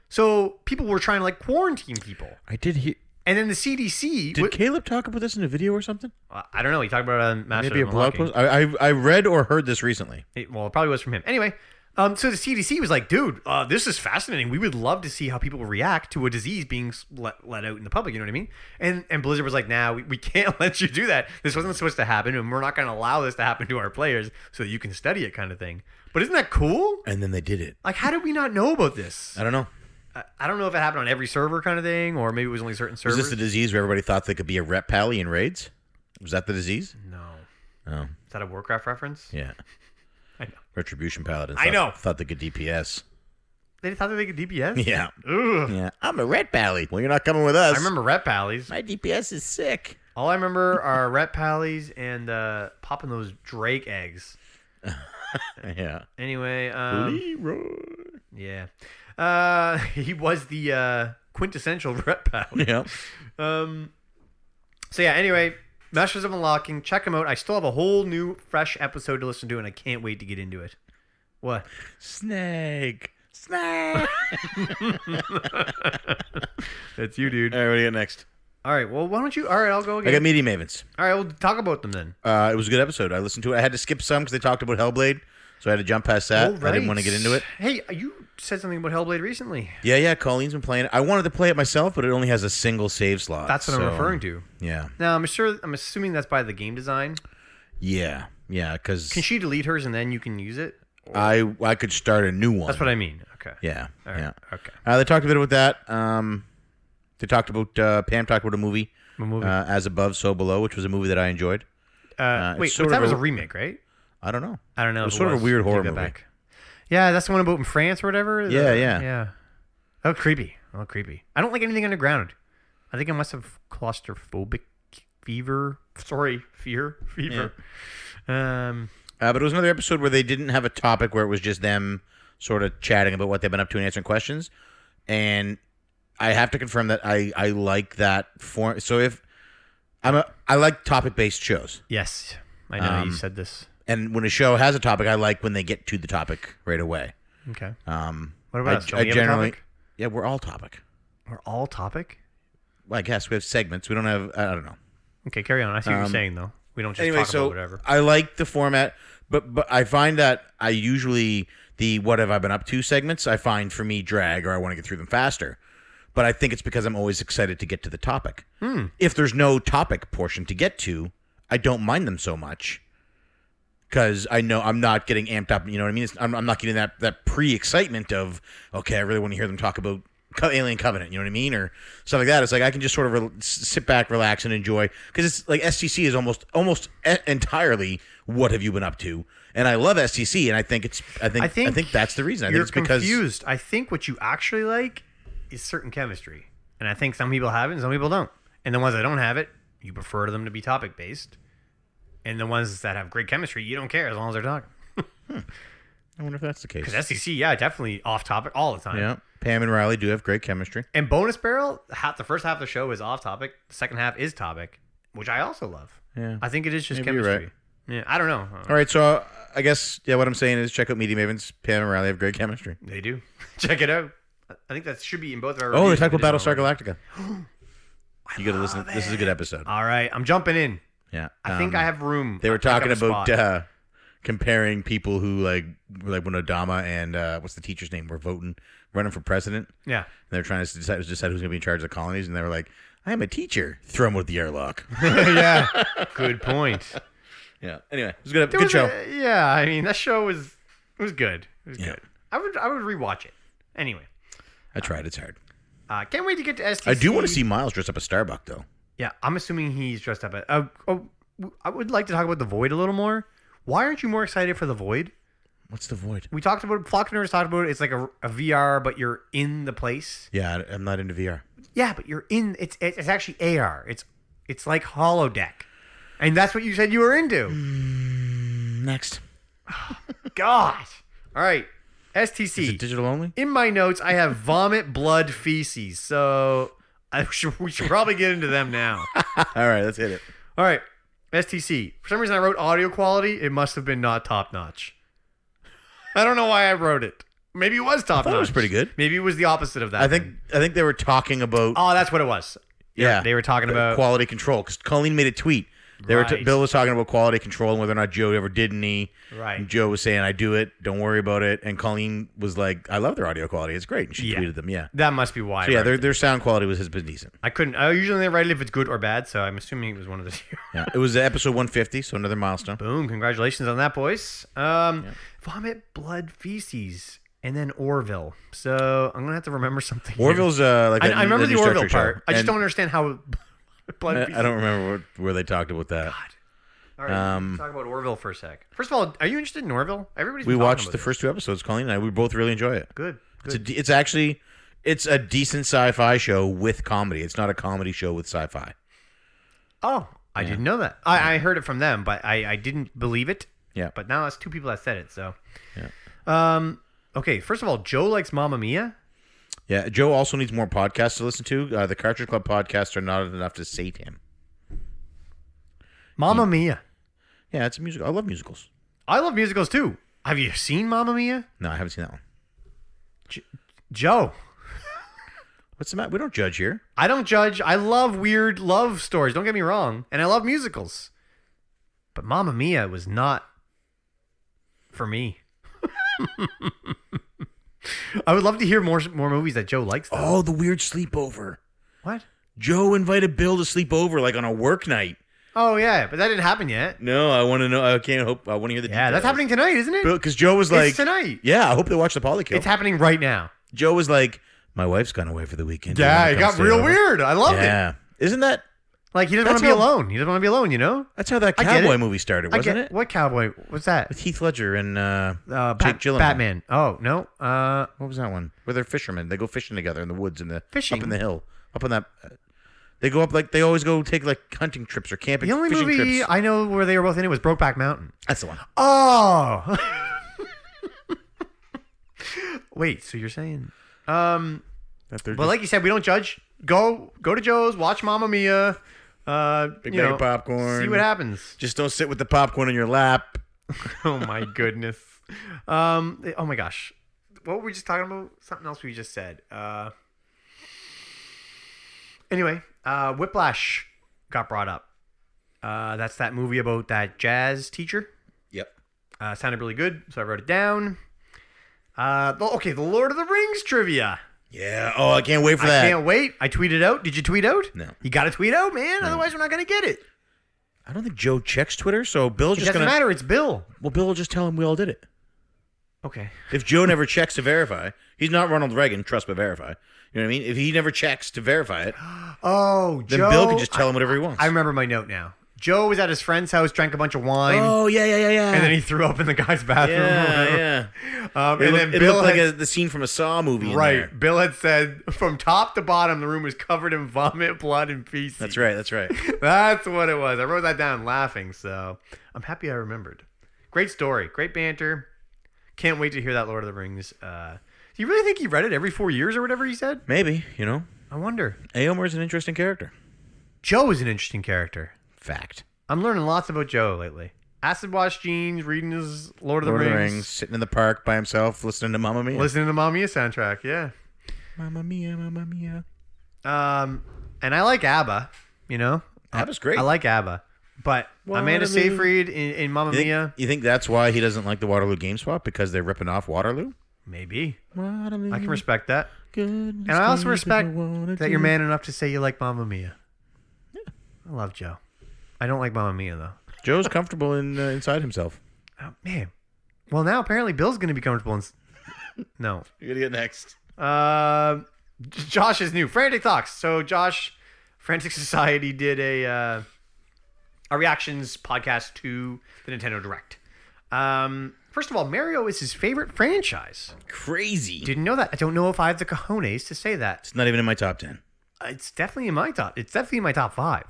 So people were trying to like quarantine people,
I did hear.
and then the CDC.
Did
w-
Caleb talk about this in a video or something?
I don't know. He talked about it on Master
Maybe a
of
blog
Unlocking.
post? I, I, I read or heard this recently.
It, well, it probably was from him. Anyway, um, so the CDC was like, dude, uh, this is fascinating. We would love to see how people react to a disease being s- let, let out in the public. You know what I mean? And and Blizzard was like, nah, we, we can't let you do that. This wasn't supposed to happen, and we're not going to allow this to happen to our players so that you can study it, kind of thing. But isn't that cool?
And then they did it.
Like, how did we not know about this?
I don't know.
I, I don't know if it happened on every server, kind of thing, or maybe it was only certain
Is
servers.
this the disease where everybody thought they could be a rep pally in raids? Was that the disease?
no.
Oh,
Is that a Warcraft reference?
yeah.
I know.
Retribution paladins.
I
thought-
know.
Thought they could DPS.
They thought that they could DPS?
Yeah.
Ugh.
Yeah. I'm a red pally. Well, you're not coming with us.
I remember Rep Alleys.
my DPS is sick.
All I remember are ret pallies and uh, popping those Drake eggs.
Yeah.
Anyway, um,
Leroy.
yeah. Uh, he was the uh, quintessential rep pal.
Yeah.
Um, so yeah. Anyway, Masters of Unlocking. Check them out. I still have a whole new, fresh episode to listen to, and I can't wait to get into it. What?
Snake. Snake.
That's you, dude.
All right, what do you got next?
All right. Well, why don't you? All right, I'll go
I got
again.
Media Mavens.
All right, we'll talk about them then.
Uh, it was a good episode. I listened to it. I had to skip some because they talked about Hellblade, so I had to jump past that.
All
Uh, I didn't want to
right.
get into it.
Hey, you said something about Hellblade recently.
Yeah, yeah. Colleen's been playing it. I wanted to play it myself, but it only has a single save slot.
That's what I'm
so-
referring to.
Yeah,
Now, I'm sure. I'm assuming that's by the game design.
yeah, yeah. Because
Can she delete hers and then you can use it?
I I could start a new one.
That's what I mean. Okay.
Yeah,
All right.
yeah.
Okay.
Uh, they talked a bit about that. Um, they talked about uh, Pam talked about a movie,
A movie.
Uh, as above, so below, which was a movie that I enjoyed.
Uh,
it's
wait,
sort
but that
of
was
a-
a remake, right?
I don't know.
I don't know.
It was
if
sort of a
was.
weird
Take
horror
that
movie.
Yeah, that's the one about in France or whatever. The-
Yeah, yeah.
yeah. Oh, creepy. Oh, creepy. I don't like anything underground. I think I must have claustrophobic fever. Sorry, fear, fever. Um,
Uh, but it was another episode where they didn't have a topic where it was just them sort of chatting about what they've been up to and answering questions. And I have to confirm that I, I like that form. So if I'm a, I like topic based shows,
yes, I know you
Um,
said this.
and when a show has a topic, I like when they get to the topic right away.
Okay.
Um,
What about
I-
us? Don't
I
we have a
generally-
topic?
yeah, we're all topic.
We're all topic.
Well, I guess we have segments. We don't have I don't know.
Okay, carry on. I see what you're saying though. We don't just
Um, anyway,
talk
so
about whatever.
I like the format, but but I find that I usually the what have I been up to segments I find for me drag or I want to get through them faster. But I think it's because I'm always excited to get to the topic.
Hmm.
If there's no topic portion to get to, I don't mind them so much because I know I'm not getting amped up. You know what I mean? It's, I'm, I'm not getting that that pre excitement of okay, I really want to hear them talk about Co- Alien Covenant. You know what I mean, or stuff like that. It's like I can just sort of re- s- sit back, relax, and enjoy because it's like STC is almost almost e- entirely what have you been up to, and I love STC, and I think it's I think I
I
think,
think
that's the reason. I think
You're
it's because
confused. I think what you actually like is certain chemistry, and I think some people have it and some people don't. And the ones that don't have it, you prefer them to be topic based, and the ones that have great chemistry, you don't care as long as they're talking.
I wonder if that's the case.
Because SEC, yeah, definitely off topic all the time.
Yeah, Pam and Riley do have great chemistry.
And bonus barrel, half the first half of the show is off topic, the second half is topic, which I also love.
Yeah.
I think it is just
Maybe you're
chemistry. Yeah, I don't know.
All right, so uh, I guess yeah, what I'm saying is check out Media Mavens. Pam and Riley have great chemistry.
They do. Check it out. I think that should be in both of our.
Oh, they
reviews.
talked
It
about
is on
Battlestar
our-
Galactica. you got to listen. This is a good episode.
All right, I'm jumping in.
Yeah,
I think
Um,
I have room.
They were
I think I
talking
have a
about
spot.
uh, comparing people who like were like when Adama and uh, what's the teacher's name were voting running for president. And
yeah.
they were trying to decide, decide who's going to be in charge of the colonies, and they were like, "I am a teacher. Throw him with the airlock."
yeah. Good point.
yeah. Anyway, it was a good,
There
good
was
show.
a- yeah, I mean that show was it was good. It was
Yeah.
good. I would I would rewatch it. Anyway,
I tried. It's hard.
uh, can't wait to get to STC.
I do want to see Miles dress up as Starbuck though.
Yeah, I'm assuming he's dressed up. At, uh, oh, I would like to talk about the Void a little more. Why aren't you more excited for the Void?
What's the void?
We talked about Flockner's talked about it. It's like a, a VR, but you're in the place.
Yeah, I- I'm not into VR.
Yeah, but you're in. It's it's it's actually AR. It's it's like holodeck, and that's what you said you were into.
Next,
God. All right.
is it
STC.
digital only?
In my notes, I have vomit, blood, feces. So I should, we should probably get into them now.
All right, let's hit it.
All right. STC. For some reason, I wrote audio quality. It must have been not top notch. I don't know why I wrote it. Maybe it was top
thought
notch.
it was pretty good.
Maybe it was the opposite of that.
I think I think they were talking about
Oh, that's what it was.
Yeah.
They were talking about.
Uh, quality control because Colleen made a tweet. They were t-
Right.
Bill was talking about quality control and whether or not Joe ever did any.
Right.
And Joe was saying, "I do it. Don't worry about it." And Colleen was like, "I love their audio quality. It's great." And she
Yeah.
tweeted them. Yeah.
that must be why. I
So yeah,
wrote it.
their their sound quality was has been decent.
I couldn't. I usually write it if it's good or bad, so I'm assuming it was one of the two.
Yeah. it was episode 150, so another milestone.
Boom! Congratulations on that, boys. Um, Vomit, blood, feces, and then Orville. So I'm gonna have to remember something. here.
Orville's uh, like
I,
that
I
new-
remember
that
the
new Star
Orville
Trek show.
part. I just
And
don't understand how blood. Feces.
I don't remember what, where they talked about that.
All right,
um,
let's talk about Orville for a sec. First of all, are you interested in Orville? Everybody's
We
been talking
watched
about
the
this.
first two episodes, Colleen and I. We both really enjoy it.
Good.
It's, a
Good.
de- it's actually it's a decent sci-fi show with comedy. It's not a comedy show with sci-fi.
oh, I didn't know that. I, I heard it from them, but I, I didn't believe it.
Yeah.
But now it's two people that said it. So. Yeah. Um. Okay. First of all, Joe likes Mamma Mia.
Yeah, Joe also needs more podcasts to listen to. Uh, the Cartridge Club podcasts are not enough to sate him.
Mamma Mia.
Yeah, it's a musical. I love musicals.
I love musicals too. Have you seen Mamma Mia?
No, I haven't seen that one.
Joe.
What's the matter? We don't judge here.
I don't judge. I love weird love stories. Don't get me wrong. And I love musicals. But Mamma Mia was not for me. I would love to hear more more movies that Joe likes. Though.
Oh, the weird sleepover.
What?
Joe invited Bill to sleep over, like on a work night.
Oh yeah, but that didn't happen yet.
No, I want to know. I can't hope. I want to hear the
Yeah, that's happening tonight, isn't it?
Because Joe was like,
it's tonight.
"Yeah, I hope they watch the polykill."
It's happening right now.
Joe was like, "My wife's gone away for the weekend."
Yeah,
You wanna
it
come
got
stay
real
over?"
weird. I loved it.
Yeah, isn't that
Like he doesn't want
That's
to be
how-
alone. He doesn't want to be alone. You know?
that's how that
I get
cowboy
it.
movie started,
I get-
wasn't it?
What cowboy? What's that?
With Heath Ledger and uh,
Uh,
Jake
Bat-
Gyllenhaal.
Batman. Oh no. Uh,
what was that one? Where they're fishermen, they go fishing together in the woods and the
Fishing?
up in the hill, up on that. They go up like they always go take like hunting trips or camping.
the only
fishing
movie
trips.
I know where they were both in it was Brokeback Mountain.
that's the one.
Oh. Wait. So you're saying? Um.
That they're
But like you said, we don't judge. Go go to Joe's. Watch Mamma Mia. Uh,
Big
you
bag
know,
of popcorn.
See what happens.
Just don't sit with the popcorn in your lap.
oh my goodness. Um. eh, Oh my gosh. What were we just talking about? Something else we just said. Uh. Anyway, uh, Whiplash got brought up. Uh, that's that movie about that jazz teacher.
Yep.
Uh, sounded really good, so I wrote it down. Uh, the- okay, the Lord of the Rings trivia.
Yeah. Oh, I can't wait for that.
I can't wait. I tweeted out. Did you tweet out?
No.
You got to tweet out, man. Otherwise, we're not gonna get it.
I don't think Joe checks Twitter, so Bill's
It
just
doesn't
gonna.
matter. It's Bill.
Well, Bill will just tell him we all did it.
Okay.
If Joe never checks to verify, he's not Ronald Reagan. Trust but verify. You know what I mean? If he never checks to verify it,
Oh,
then
Joe,
Bill can just tell him whatever he wants.
I remember my note now. Joe was at his friend's house, drank a bunch of wine,
oh yeah, yeah, yeah, yeah.
and then he threw up in the guy's bathroom.
yeah, yeah.
Um,
It, looked,
and then
it
Bill
looked like
had,
a, the scene from a Saw movie. in
right.
there.
Bill had said from top to bottom, the room was covered in vomit, blood, and feces.
That's right. That's right.
That's what it was. I wrote that down laughing, so I'm happy I remembered. Great story, great banter. Can't wait to hear that Lord of the Rings. Uh, do you really think he read it every four years or whatever he said?
Maybe you know,
I wonder.
Aylmer's an interesting character.
Joe is an interesting character.
Fact.
I'm learning lots about Joe lately. Acid wash jeans, reading his Lord of the,
Lord of
Rings,
the Rings, sitting in the park by himself, listening to Mamma Mia.
listening to Mamma Mia soundtrack. Yeah.
Mamma Mia, Mamma Mia.
Um, and I like ABBA. You know,
Abba's great.
I like ABBA, but
Waterloo.
Amanda Seyfried in, in Mamma
You think,
Mia,
you think that's why he doesn't like the Waterloo Game Swap because they're ripping off Waterloo?
maybe
Waterloo.
I can respect that.
And
And I also respect that you're man enough to say you like Mamma Mia. I love Joe. I don't like Mamma Mia though.
Joe's comfortable in uh, inside himself.
Oh, man. Well, now apparently Bill's going to be comfortable. And... s- no.
You're gonna get next.
Um Josh is new. Frantic Thoughts. So Josh, Frantic Society did a uh, a reactions podcast to the Nintendo Direct. Um, first of all, Mario is his favorite franchise.
Crazy.
Didn't know that. I don't know if I have the cojones to say that.
It's not even in my top ten.
it's definitely in my top. It's definitely in my top five.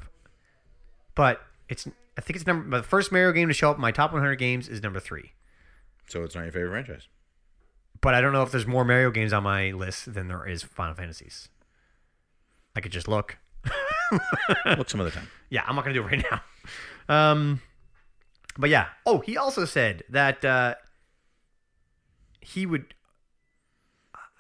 But it's I think it's number the first Mario game to show up in my top 100 games is number three.
So it's not your favorite franchise.
But I don't know if there's more Mario games on my list than there is Final Fantasies. I could just look.
Look some other time.
Yeah, I'm not gonna do it right now. Um, but yeah. Oh, he also said that uh, he would.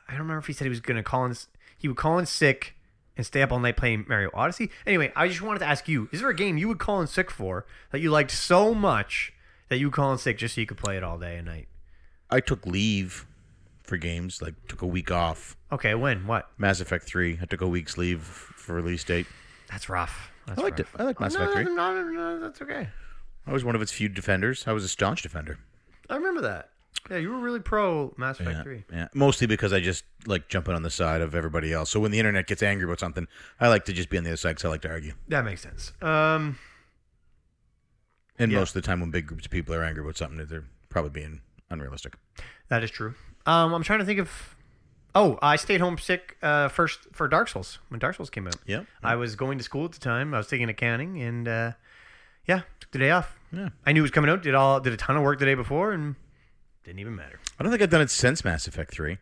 I don't remember if he said he was gonna call in. He would call in sick and stay up all night playing Mario Odyssey. Anyway, I just wanted to ask you: Is there a game you would call in sick for that you liked so much that you would call in sick just so you could play it all day and night?
I took leave for games. Like took a week off.
Okay, when? What?
Mass Effect Three. I took a week's leave for release date.
That's rough. That's
I liked it.
rough.
I liked Mass
No,
Effect Three.
no, no, no, that's okay.
I was one of its few defenders. I was a staunch defender.
I remember that. Yeah, you were really pro Mass Effect
Yeah,
Three.
yeah. Mostly because I just like jumping on the side of everybody else. So when the internet gets angry about something, I like to just be on the other side because I like to argue.
That makes sense. Um.
And
Yeah.
most of the time, when big groups of people are angry about something, they're probably being unrealistic.
That is true. Um, I'm trying to think of. Oh, I stayed home sick uh, first for Dark Souls when Dark Souls came out.
Yeah.
I was going to school at the time. I was taking accounting, and uh, yeah, took the day off.
Yeah.
I knew it was coming out. Did all did a ton of work the day before, and didn't even matter.
I don't think I've done it since Mass Effect Three.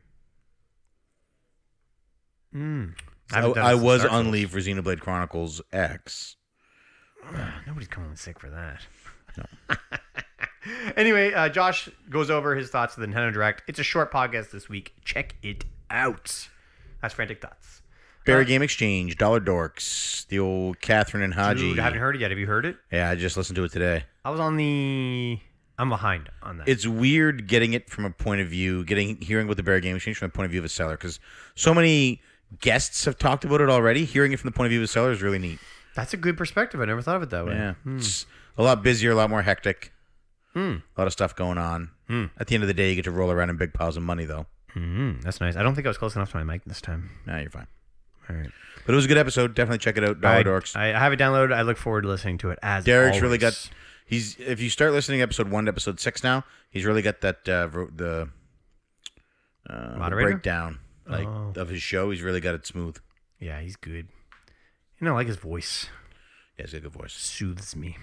I
Hmm. I,
haven't done it
I
since
was
Dark
on
Souls.
leave for Xenoblade Chronicles X.
Nobody's coming sick for that. anyway, uh, Josh goes over his thoughts of the Nintendo Direct. It's a short podcast this week. Check it out. That's Frantic Thoughts.
Barry Game Exchange, Dollar Dorks, the old Catherine and Haji.
Dude, I haven't heard it yet. Have you heard it?
yeah, I just listened to it today.
I was on the. I'm behind on that.
It's weird getting it from a point of view, getting hearing what the Barry Game Exchange from the point of view of a seller, because so many guests have talked about it already. Hearing it from the point of view of a seller is really neat.
That's a good perspective. I never thought of it that way.
Yeah, it's a lot busier, a lot more hectic,
Hmm.
a lot of stuff going on. At the end of the day, you get to roll around in big piles of money, though.
Mm, that's nice. I don't think I was close enough to my mic this time.
Nah, you're fine.
All right.
But it was a good episode. Definitely check it out, Dollar
I,
Dorks.
I, I have it downloaded. I look forward to listening to it as
Derek's really
always.
got. He's if you start listening to episode one, to episode six now, he's really got that uh, ro- the, uh, the
Moderator?
breakdown like
Oh.
of his show. He's really got it smooth.
Yeah, he's good. You know, I like his voice.
Yeah, he's got a good voice.
soothes me.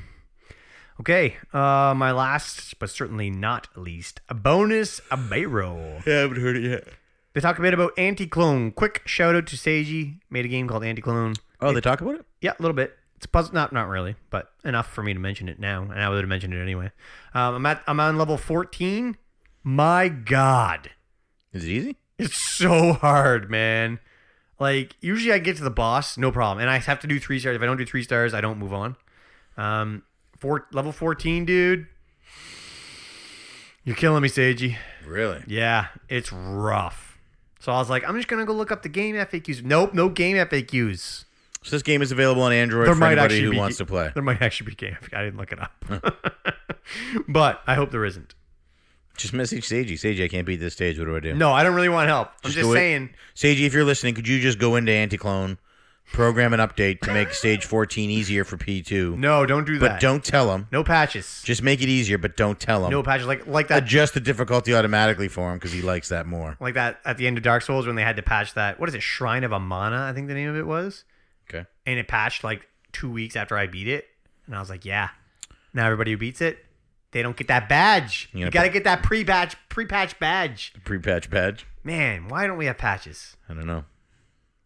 Okay, uh, my last, but certainly not least, a bonus a barrel.
Yeah, I haven't heard it yet.
They talk a bit about Anti Clone. Quick shout out to Seiji, made a game called Anti Clone.
Oh, they talk about it.
Yeah, a little bit. It's a puzzle, not not really, but enough for me to mention it now, and I would have mentioned it anyway. Um, I'm at I'm on level 14. My God,
Is it easy?
it's so hard, man. Like usually I get to the boss, no problem, and I have to do three stars. If I don't do three stars, I don't move on. Um, four level fourteen, dude. You're killing me, Seiji.
Really?
Yeah, it's rough. So I was like, I'm just gonna go look up the game FAQs. Nope, no game FAQs.
So this game is available on Android
There
for
might
anybody
actually
who
be-
wants to play.
There might actually be game. FAQ. I didn't look it up, but I hope there isn't.
Just message Seiji. Seiji, I can't beat this stage. What do I do?
No, I don't really want help. I'm just,
do it.
saying.
Seiji, if you're listening, could you just go into Anticlone, program an update to make stage 14 easier for P2?
No, don't do
but
that.
don't tell him.
No patches.
Just make it easier, but don't tell him.
No patches like like that.
adjust the difficulty automatically for him because he likes that more.
like that at the end of Dark Souls when they had to patch that. What is it? Shrine of Amana, I think the name of it was.
Okay.
And it patched like two weeks after I beat it, and I was like, yeah. Now everybody who beats it, they don't get that badge.
You
You,
gotta
gotta get that pre-patch pre-patch badge.
Pre-patch badge.
Man, why don't we have patches?
I don't know.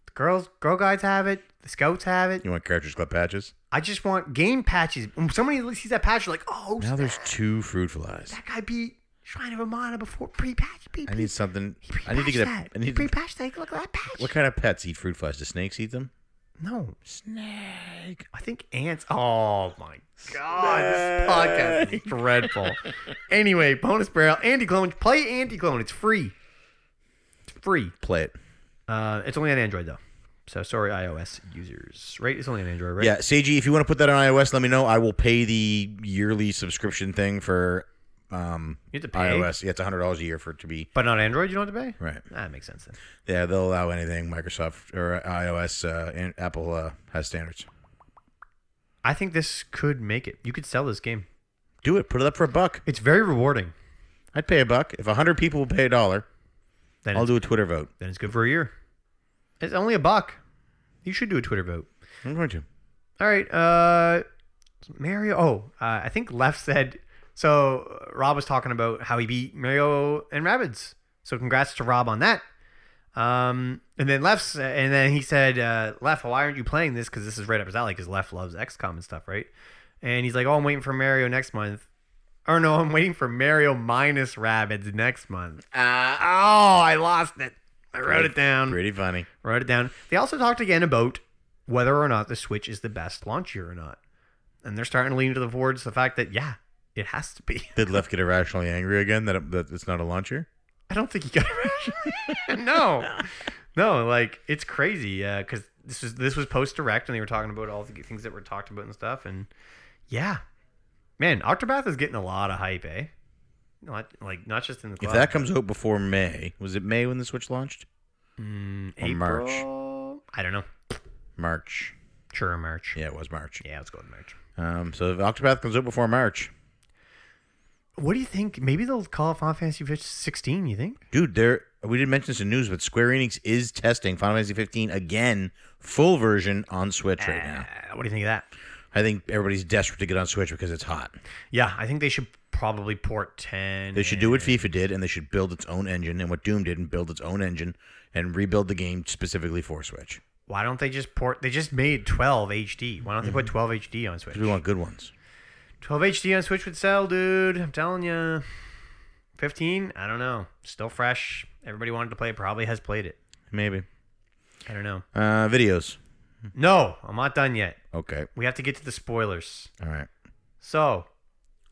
The girls, girl guides have it. The scouts have it.
You want cartridge club patches?
I just want game patches. When somebody sees that patch, they're like, oh,
Now there's two fruitful eyes.
that guy beat Shrine of Amana before pre-patch. Pre-
I need something.
pre-patch
I need to get a.
that.
I need. to-
pre-patch that. Look at that patch.
what kind of pets eat fruit flies? Do snakes eat them?
no,
Snake.
I think ants. Oh my god, this podcast is dreadful. anyway, bonus barrel, anti clone. Play anti clone. It's free. It's free.
Play it.
Uh, it's only on Android though. So sorry, iOS users. Right? It's only on Android, right?
Yeah, Seiji, if you want to put that on iOS, let me know. I will pay the yearly subscription thing for um,
You have to pay,
iOS. Yeah, it's hundred dollars a year for it to be
but not Android. You don't have to pay.
right.
That makes sense then.
Yeah, they'll allow anything Microsoft or iOS. Uh, and Apple uh, has standards.
I think this could make it. You could sell this game.
Do it. Put it up for a buck.
It's very rewarding.
I'd pay a buck. If 100 people would pay a dollar,
Then
I'll
it's-
do a Twitter vote.
then it's good for a year. It's only a buck. You should do a Twitter vote.
I'm going to.
All right. Uh, Mario. Oh, uh, I think Left said. So uh, Rob was talking about how he beat Mario and Rabbids. So congrats to Rob on that. Um, and then Left, and then he said, uh, Left, why aren't you playing this? Because this is right up his alley. Because Left loves XCOM and stuff, right? And he's like, Oh, I'm waiting for Mario next month. Or no, I'm waiting for Mario minus Rabbids next month. Uh, oh, I lost it. I wrote it down
Pretty funny.
wrote it down. They also talked again about whether or not the Switch is the best launch year or not. And they're starting to lean to the towards the fact that yeah, it has to be.
Did Left get irrationally angry again that, it, that it's not a launcher?
I don't think you got no, no, like it's crazy because this was this was post direct and they were talking about all the things that were talked about and stuff and yeah, man, Octopath is getting a lot of hype, eh? Not like not just in the
If
cloud,
that comes out before May, was it May when the Switch launched?
in
or March.
April? I don't know.
March.
Sure, March. Yeah,
Yeah, it was March.
let's go with March.
Um, so if Octopath comes out before March,
What do you think? Maybe they'll call Final Fantasy 16. You think?
dude, there we didn't mention this in news, but Square Enix is testing Final Fantasy 15 again, full version on Switch right now.
Uh, what do you think of that?
I think everybody's desperate to get on Switch because it's hot.
Yeah, I think they should probably port 10.
They should do what FIFA did, and they should build its own engine, and what Doom did, and build its own engine, and rebuild the game specifically for Switch.
Why don't they just port? They just made 12 HD. Why don't they put 12 HD on Switch?
We want good ones.
12 HD on Switch would sell, dude. I'm telling you. 15? I don't know. Still fresh. Everybody wanted to play it. Probably has played it.
Maybe.
I don't know.
Uh, videos.
No, I'm not done yet.
Okay.
We have to get to the spoilers.
All right.
So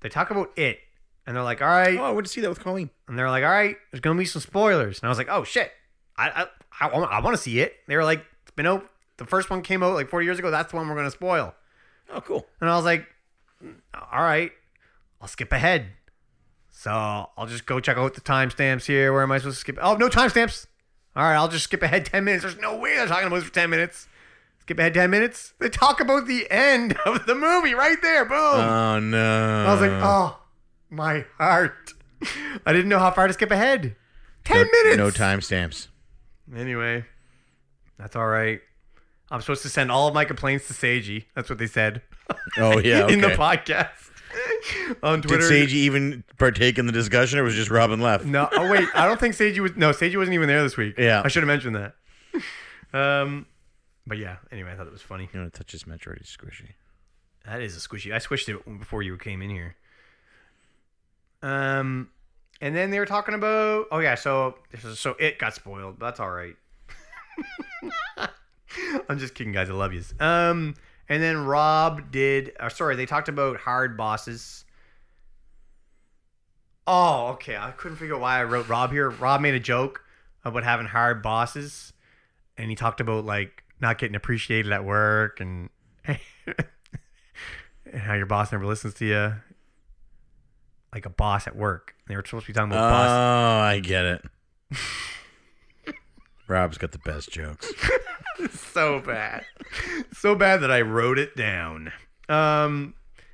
they talk about it, and they're like, "All right,"
Oh, I want to see that with Colleen.
and they're like, "All right." There's gonna be some spoilers, and I was like, "Oh shit, I I I, wa- I want to see it." They were like, "It's been out. The first one came out like 40 years ago. That's the one we're gonna spoil."
Oh, cool.
And I was like, "Mm, all right, I'll skip ahead. So I'll just go check out the timestamps here. Where am I supposed to skip? Oh, no timestamps. All right, I'll just skip ahead 10 minutes. There's no way they're talking about this for 10 minutes. Skip ahead 10 minutes. They talk about the end of the movie right there. Boom.
Oh no.
I was like, oh, my heart. I didn't know how far to skip ahead. 10 minutes.
No timestamps.
Anyway, that's all right. I'm supposed to send all of my complaints to Seiji. That's what they said.
Oh yeah.
in the
okay.
podcast on
Did
Twitter.
Seiji even partake in the discussion, or was just Robin left?
No, oh wait, I don't think Seiji was. No, Seiji wasn't even there this week.
Yeah.
I should have mentioned that. Um, but yeah. Anyway, I thought it was funny.
You know, touch this Metroid is squishy.
That is a squishy. I squished it before you came in here. Um, and then they were talking about. Oh yeah, so so it got spoiled. That's all right. I'm just kidding, guys. I love yous. Um, and then Rob did. Uh, sorry, they talked about hard bosses. Oh, okay. I couldn't figure out why I wrote Rob here. Rob made a joke about having hard bosses, and he talked about like not getting appreciated at work and and how your boss never listens to you. Like a boss at work. They were supposed to be talking
Oh,
about boss.
I get it. Rob's got the best jokes.
so bad. so bad that I wrote it down. Um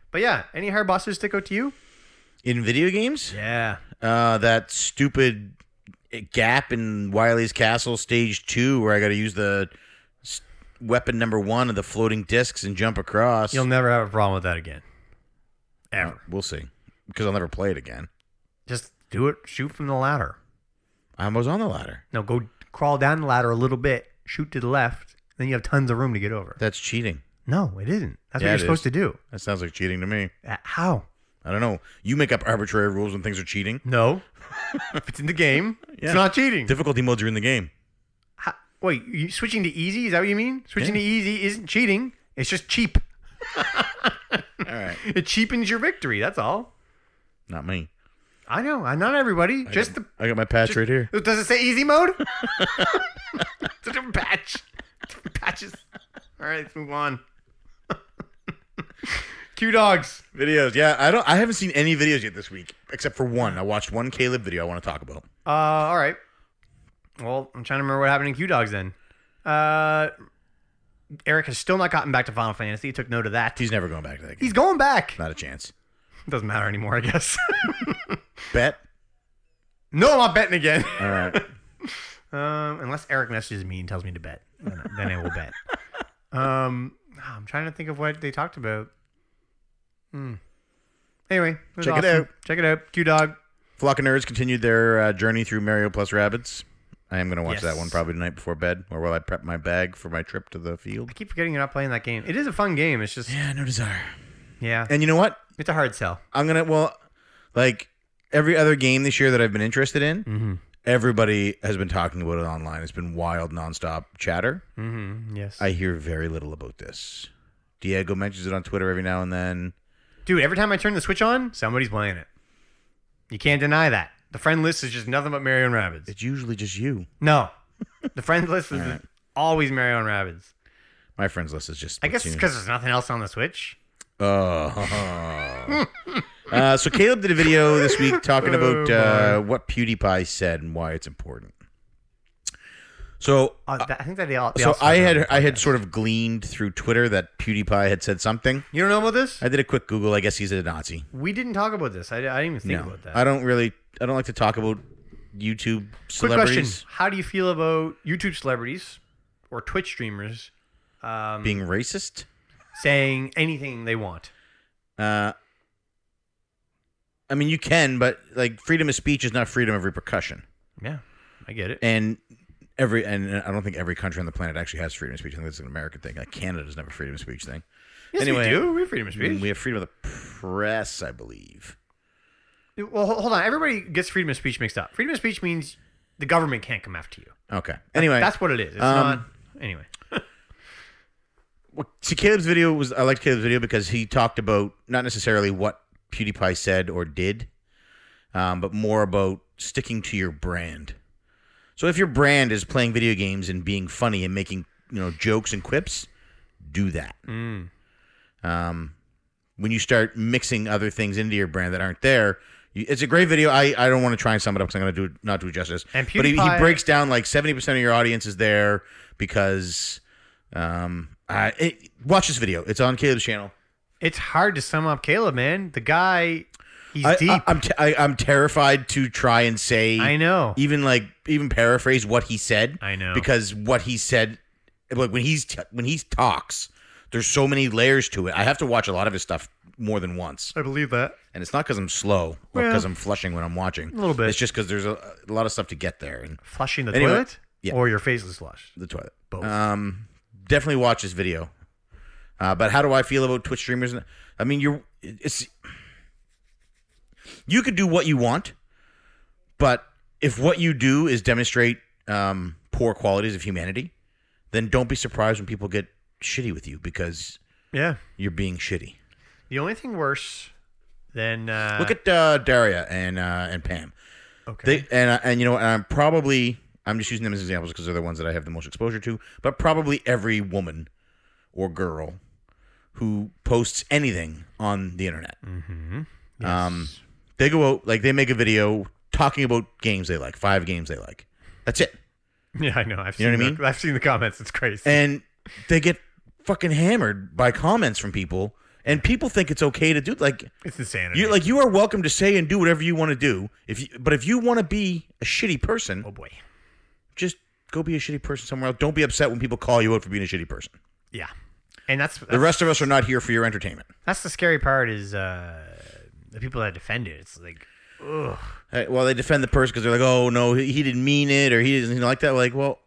but yeah, any hard bosses stick out to you?
In video games,
Yeah.
uh, that stupid gap in Wily's Castle Stage Two, where I got to use the s- weapon number one of the floating discs and jump across.
You'll never have a problem with that again. Ever.
we'll see, because I'll never play it again.
Just do it. Shoot from the ladder.
I was on the ladder.
No, go crawl down the ladder a little bit, shoot to the left, then you have tons of room to get over.
That's cheating.
No, it isn't. That's
Yeah,
what you're
it
supposed
is.
to do.
That sounds like cheating to me.
Uh, How?
I don't know. You make up arbitrary rules when things are cheating.
No. if it's in the game,
Yeah.
it's not cheating.
Difficulty modes are in the game.
How, wait, you switching to easy? Is that what you mean? Switching to easy isn't cheating. It's just cheap.
All right.
It cheapens your victory. That's all.
Not me.
I know. I not everybody. just the.
I got my patch right here.
Does it say easy mode? it's a different patch. Different patches. All right, let's move on. Q dogs.
Videos. Yeah, I don't I haven't seen any videos yet this week except for one. I watched one Caleb video I want to talk about.
Uh, all right. Well, I'm trying to remember what happened in Q dogs then. Uh, Eric has still not gotten back to Final Fantasy. He took note of that.
He's never going back to that game.
He's going back.
Not a chance.
Doesn't matter anymore, I guess.
Bet.
no, I'm not betting again.
All right.
Um, unless Eric messages me and tells me to bet, then, then I will bet. Um, I'm trying to think of what they talked about. Hmm. Anyway, was
Check it
awesome.
out.
Check it out. Q Dog.
Flock of Nerds continued their uh, journey through Mario plus Rabbits. I am going to watch
Yes.
that one probably tonight before bed or while I prep my bag for my trip to the field.
I keep forgetting you're not playing that game. It is a fun game. It's just
Yeah, no desire.
yeah,
And you know what?
it's a hard sell.
I'm gonna well, like every other game this year that I've been interested in,
Mm-hmm.
everybody has been talking about it online. It's been wild, nonstop chatter.
Mm-hmm. Yes,
I hear very little about this. Diego mentions it on Twitter every now and then.
dude. Every time I turn the switch on, somebody's playing it. You can't deny that. The friend list is just nothing but Mario and Rabbids.
It's usually just you.
No, the friend list is always Mario and Rabbids.
My friends list is just.
I guess it's because there's nothing else on the Switch.
Oh. uh, so Caleb did a video this week
Oh,
talking about uh, what PewDiePie said and why it's important. So
Oh, that, I think that they all. They
Uh, so
all saw
I
that.
had I had sort of gleaned through Twitter that PewDiePie had said something.
You don't know about this?
I did a quick Google. I guess he's a Nazi.
We didn't talk about this. I, I didn't even think
no,
about that.
I don't really. I don't like to talk about YouTube
Quick question:
celebrities
How do you feel about YouTube celebrities or Twitch streamers um,
being racist.
saying anything they want?
Uh, I mean, you can, but like freedom of speech is not freedom of repercussion.
Yeah, I get it.
And every and I don't think every country on the planet actually has freedom of speech. I think it's an American thing. Like Canada's never freedom of speech thing.
Yes,
Anyway.
we do. We have freedom of
I mean,
speech.
we have freedom of the press, I believe.
well, ho- hold on. Everybody gets freedom of speech mixed up. Freedom of speech means the government can't come after you.
Okay. Anyway,
That's what it is. It's
Um,
not. Anyway.
Well, see, Caleb's video was I liked Caleb's video because he talked about not necessarily what PewDiePie said or did, um, but more about sticking to your brand. So if your brand is playing video games and being funny and making you know jokes and quips, do that.
Mm.
Um, when you start mixing other things into your brand that aren't there. you- It's a great video. I, I don't want to try and sum it up because I'm going to do not do it justice.
And
but he, he
PewDiePie-
breaks down like 70% of your audience is there because um, I, it, watch this video. It's on Caleb's channel.
It's hard to sum up Caleb, man. The guy, he's
I,
deep. I,
am t- I, I'm terrified to try and say,
know.
even like even paraphrase what he said.
I know.
because what he said, like when he's t- when he talks, there's so many layers to it. I have to watch a lot of his stuff more than once,
I believe that.
and it's not because I'm slow or
Well,
because I'm flushing when I'm watching. A
little bit.
It's just because there's a, a lot of stuff to get there and
Flushing the
Anyway,
toilet
yeah.
or your faceless flush.
the toilet.
Both.
Um, definitely watch this video. Uh, but how do I feel about Twitch streamers? I mean, you're it's you could do what you want, but if what you do is demonstrate um, poor qualities of humanity, then don't be surprised when people get shitty with you because
Yeah.
you're being shitty.
The only thing worse than uh,
Look at uh, Daria and uh, and Pam.
okay.
They and uh, and you know and I'm probably I'm just using them as examples because they're the ones that I have the most exposure to. But probably every woman or girl who posts anything on the internet, um, they go out like they make a video talking about games they like, five games they like. That's it,
yeah, I know. I've
You
seen
know what I
the- I've seen the comments. It's crazy.
and they get fucking hammered by comments from people, and people think it's okay to do like.
it's insanity.
You like you are welcome to say and do whatever you want to do. If you, but if you want to be a shitty person,
oh boy.
just go be a shitty person somewhere else. Don't be upset when people call you out for being a shitty person.
Yeah. And that's
The
that's,
rest of us are not here for your entertainment.
that's the scary part is uh, the people that defend it. It's like, ugh.
Uh, Well, they defend the person because they're like, "Oh no, he he didn't mean it," or "He doesn't like that." Like, well,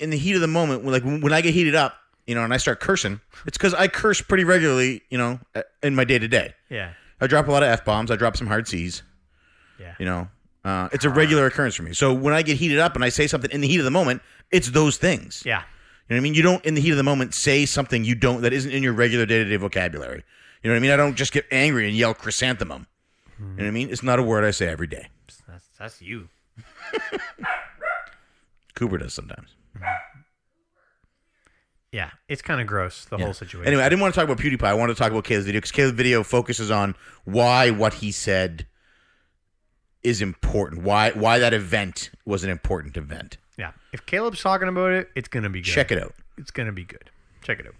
in the heat of the moment, when- like when when I get heated up, you know, and I start cursing, it's because I curse pretty regularly, you know, uh, in my day to day.
Yeah.
I drop a lot of f bombs. I drop some hard C's.
Yeah.
You know, uh, it's a regular occurrence for me. So when I get heated up and I say something in the heat of the moment, it's those things.
Yeah.
You know what I mean? You don't, in the heat of the moment, say something you don't that isn't in your regular day to day vocabulary. You know what I mean? I don't just get angry and yell chrysanthemum. You know what I mean? It's not a word I say every day.
That's, that's you.
Cooper does sometimes.
Yeah. It's kind of gross, the whole situation.
Anyway, I didn't want to talk about PewDiePie. I wanted to talk about Caleb's video because Caleb's video focuses on why what he said is important. Why why that event was an important event.
Yeah. If Caleb's talking about it, it's going to be good.
Check it out.
It's going to be good. Check it out.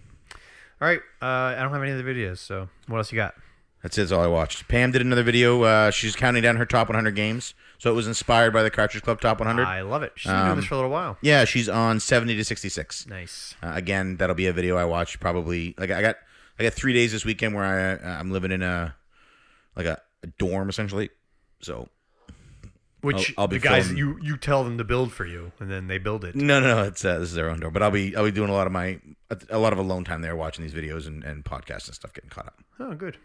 All right. Uh, I don't have any other videos, so what else you got?
That's it. That's all I watched. Pam did another video. Uh, she's counting down her top 100 games. So it was inspired by the Cartridge Club Top 100.
I love it. She's been
Um,
doing this for a little while.
yeah, she's on 70 to 66.
Nice.
Uh, again, that'll be a video I watch probably. Like I got, I got three days this weekend where I uh, I'm living in a like a, a dorm essentially. So
Which
I'll be
the guys
filming-
you you tell them to build for you, and then they build it.
no, no, no. It's uh, this is our own dorm, but I'll be I'll be doing a lot of my a, a lot of alone time there, watching these videos and, and podcasts and stuff, getting caught up.
Oh, good.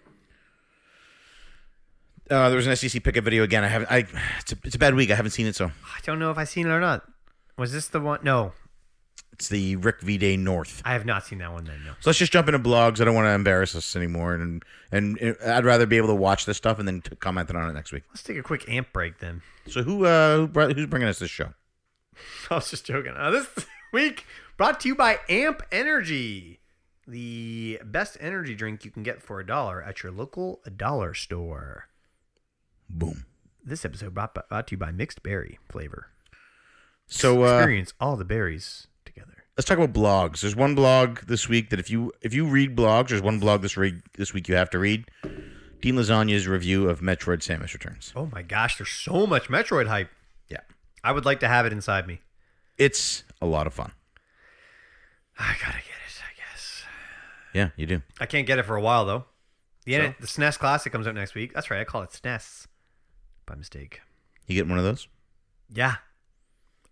Uh, there was an SEC pickup video again. I haven't. I it's a, it's a bad week. I haven't seen it, so
I don't know if I've seen it or not. Was this the one? No,
it's the Rick V Day North.
I have not seen that one. Then no.
So let's just jump into blogs. I don't want to embarrass us anymore, and and uh, I'd rather be able to watch this stuff and then t- comment on it next week.
Let's take a quick amp break then.
So who uh who brought, who's bringing us this show?
I was just joking. Uh, this week brought to you by Amp Energy, the best energy drink you can get for a dollar at your local dollar store.
Boom.
This episode brought, brought to you by Mixed Berry Flavor.
So uh,
Experience all the berries together.
let's talk about blogs. There's one blog this week that if you if you read blogs, there's one blog this re- this week you have to read. Dean Lasagna's review of Metroid Samus Returns.
Oh my gosh, there's so much Metroid hype.
Yeah,
I would like to have it inside me.
it's a lot of fun.
I gotta get it, I guess.
Yeah, you do.
I can't get it for a while though. The,
So?
the SNES Classic comes out next week. That's right, I call it SNES by E mistake.
You get one of those.
Yeah.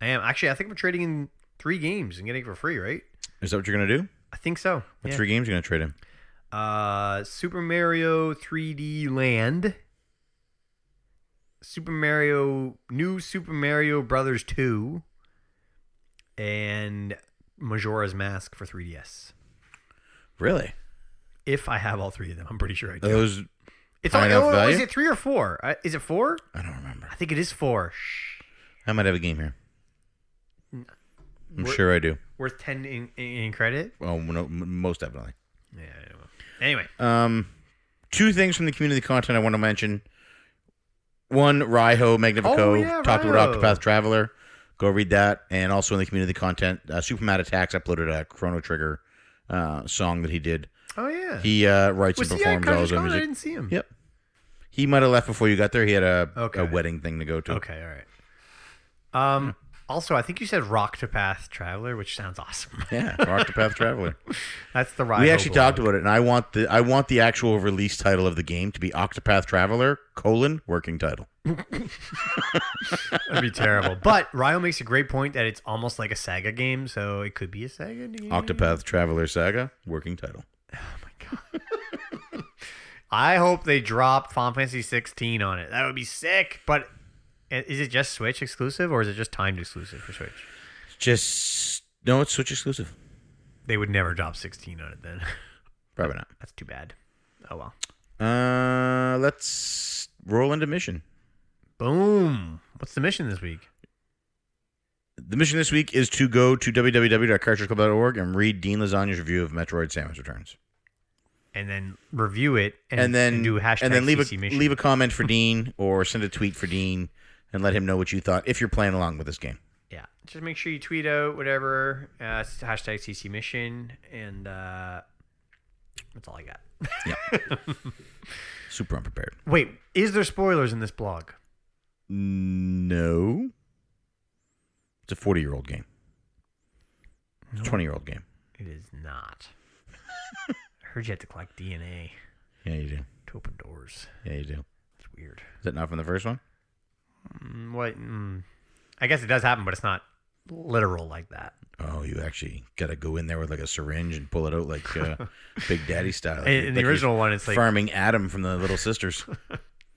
I am actually. I think I'm trading in three games and getting it for free, right?
Is that what you're gonna do?
I think so.
What
Yeah.
three games you gonna trade him?
Uh, Super Mario 3D Land, Super Mario, New Super Mario Brothers 2, and Majora's Mask for 3DS.
Really?
If I have all three of them, I'm pretty sure I
Are
do.
those?
it's
high
all,
enough
oh,
value?
is it three or four? I, is it four?
I don't remember.
I think it is four. Shh.
I might have a game here. I'm
We're-
sure I do.
Worth 10 in, in credit?
Oh no, m- most definitely.
Yeah. I don't know. Anyway,
Um, two things from the community content I want to mention. One, Raiho Magnifico
Oh, yeah,
talked
Raiho.
about Octopath Traveler. Go read that, and also in the community content, uh, Superman Attacks uploaded a Chrono Trigger uh, song that he did.
oh yeah.
He uh, writes
was
and
he at
performs all
Country's
his own
Con? I
music.
didn't see him.
Yep. He might have left before you got there. He had a,
Okay.
a wedding thing to go to.
Okay, all right. Um, also, I think you said Rock to Path Traveler, which sounds awesome.
Yeah, Octopath Traveler.
That's the ride.
We actually talked about it, and I want the I want the actual release title of the game to be Octopath Traveler colon working title.
That'd be terrible. But Ryo makes a great point that it's almost like a Saga game, so it could be a Saga game.
Octopath Traveler Saga working title.
I hope they drop Final Fantasy 16 on it. That would be sick. But i- is it just Switch exclusive, or is it just timed exclusive for Switch?
Just no, it's Switch exclusive.
They would never drop 16 on it then.
Probably not.
That's too bad. Oh well.
Uh, let's roll into mission.
Boom. What's the mission this week?
The mission this week is to go to www.cartridgeclub.org and read Dean Lasagna's review of Metroid: Samus Returns,
And then review it and,
and, then
do hashtag
and then leave
CC
a
mission.
leave a comment for Dean or send a tweet for Dean and let him know what you thought if you're playing along with this game.
yeah just make sure you tweet out whatever uh, s- hashtag cc mission and uh, that's all i got
Super unprepared.
wait is there spoilers in this blog
No, it's a 40 year old game. It's a 20 year old game.
it is not i heard you had to collect dna
Yeah, you do.
to open doors
Yeah, you do. Is
it's weird
that not from the first one?
mm, what mm, i guess it does happen but it's not literal like that
Oh, you actually got to go in there with like a syringe and pull it out like uh, Big Daddy style. Like,
in, in the
like
original one it's
you're
like
farming Adam from the Little Sisters.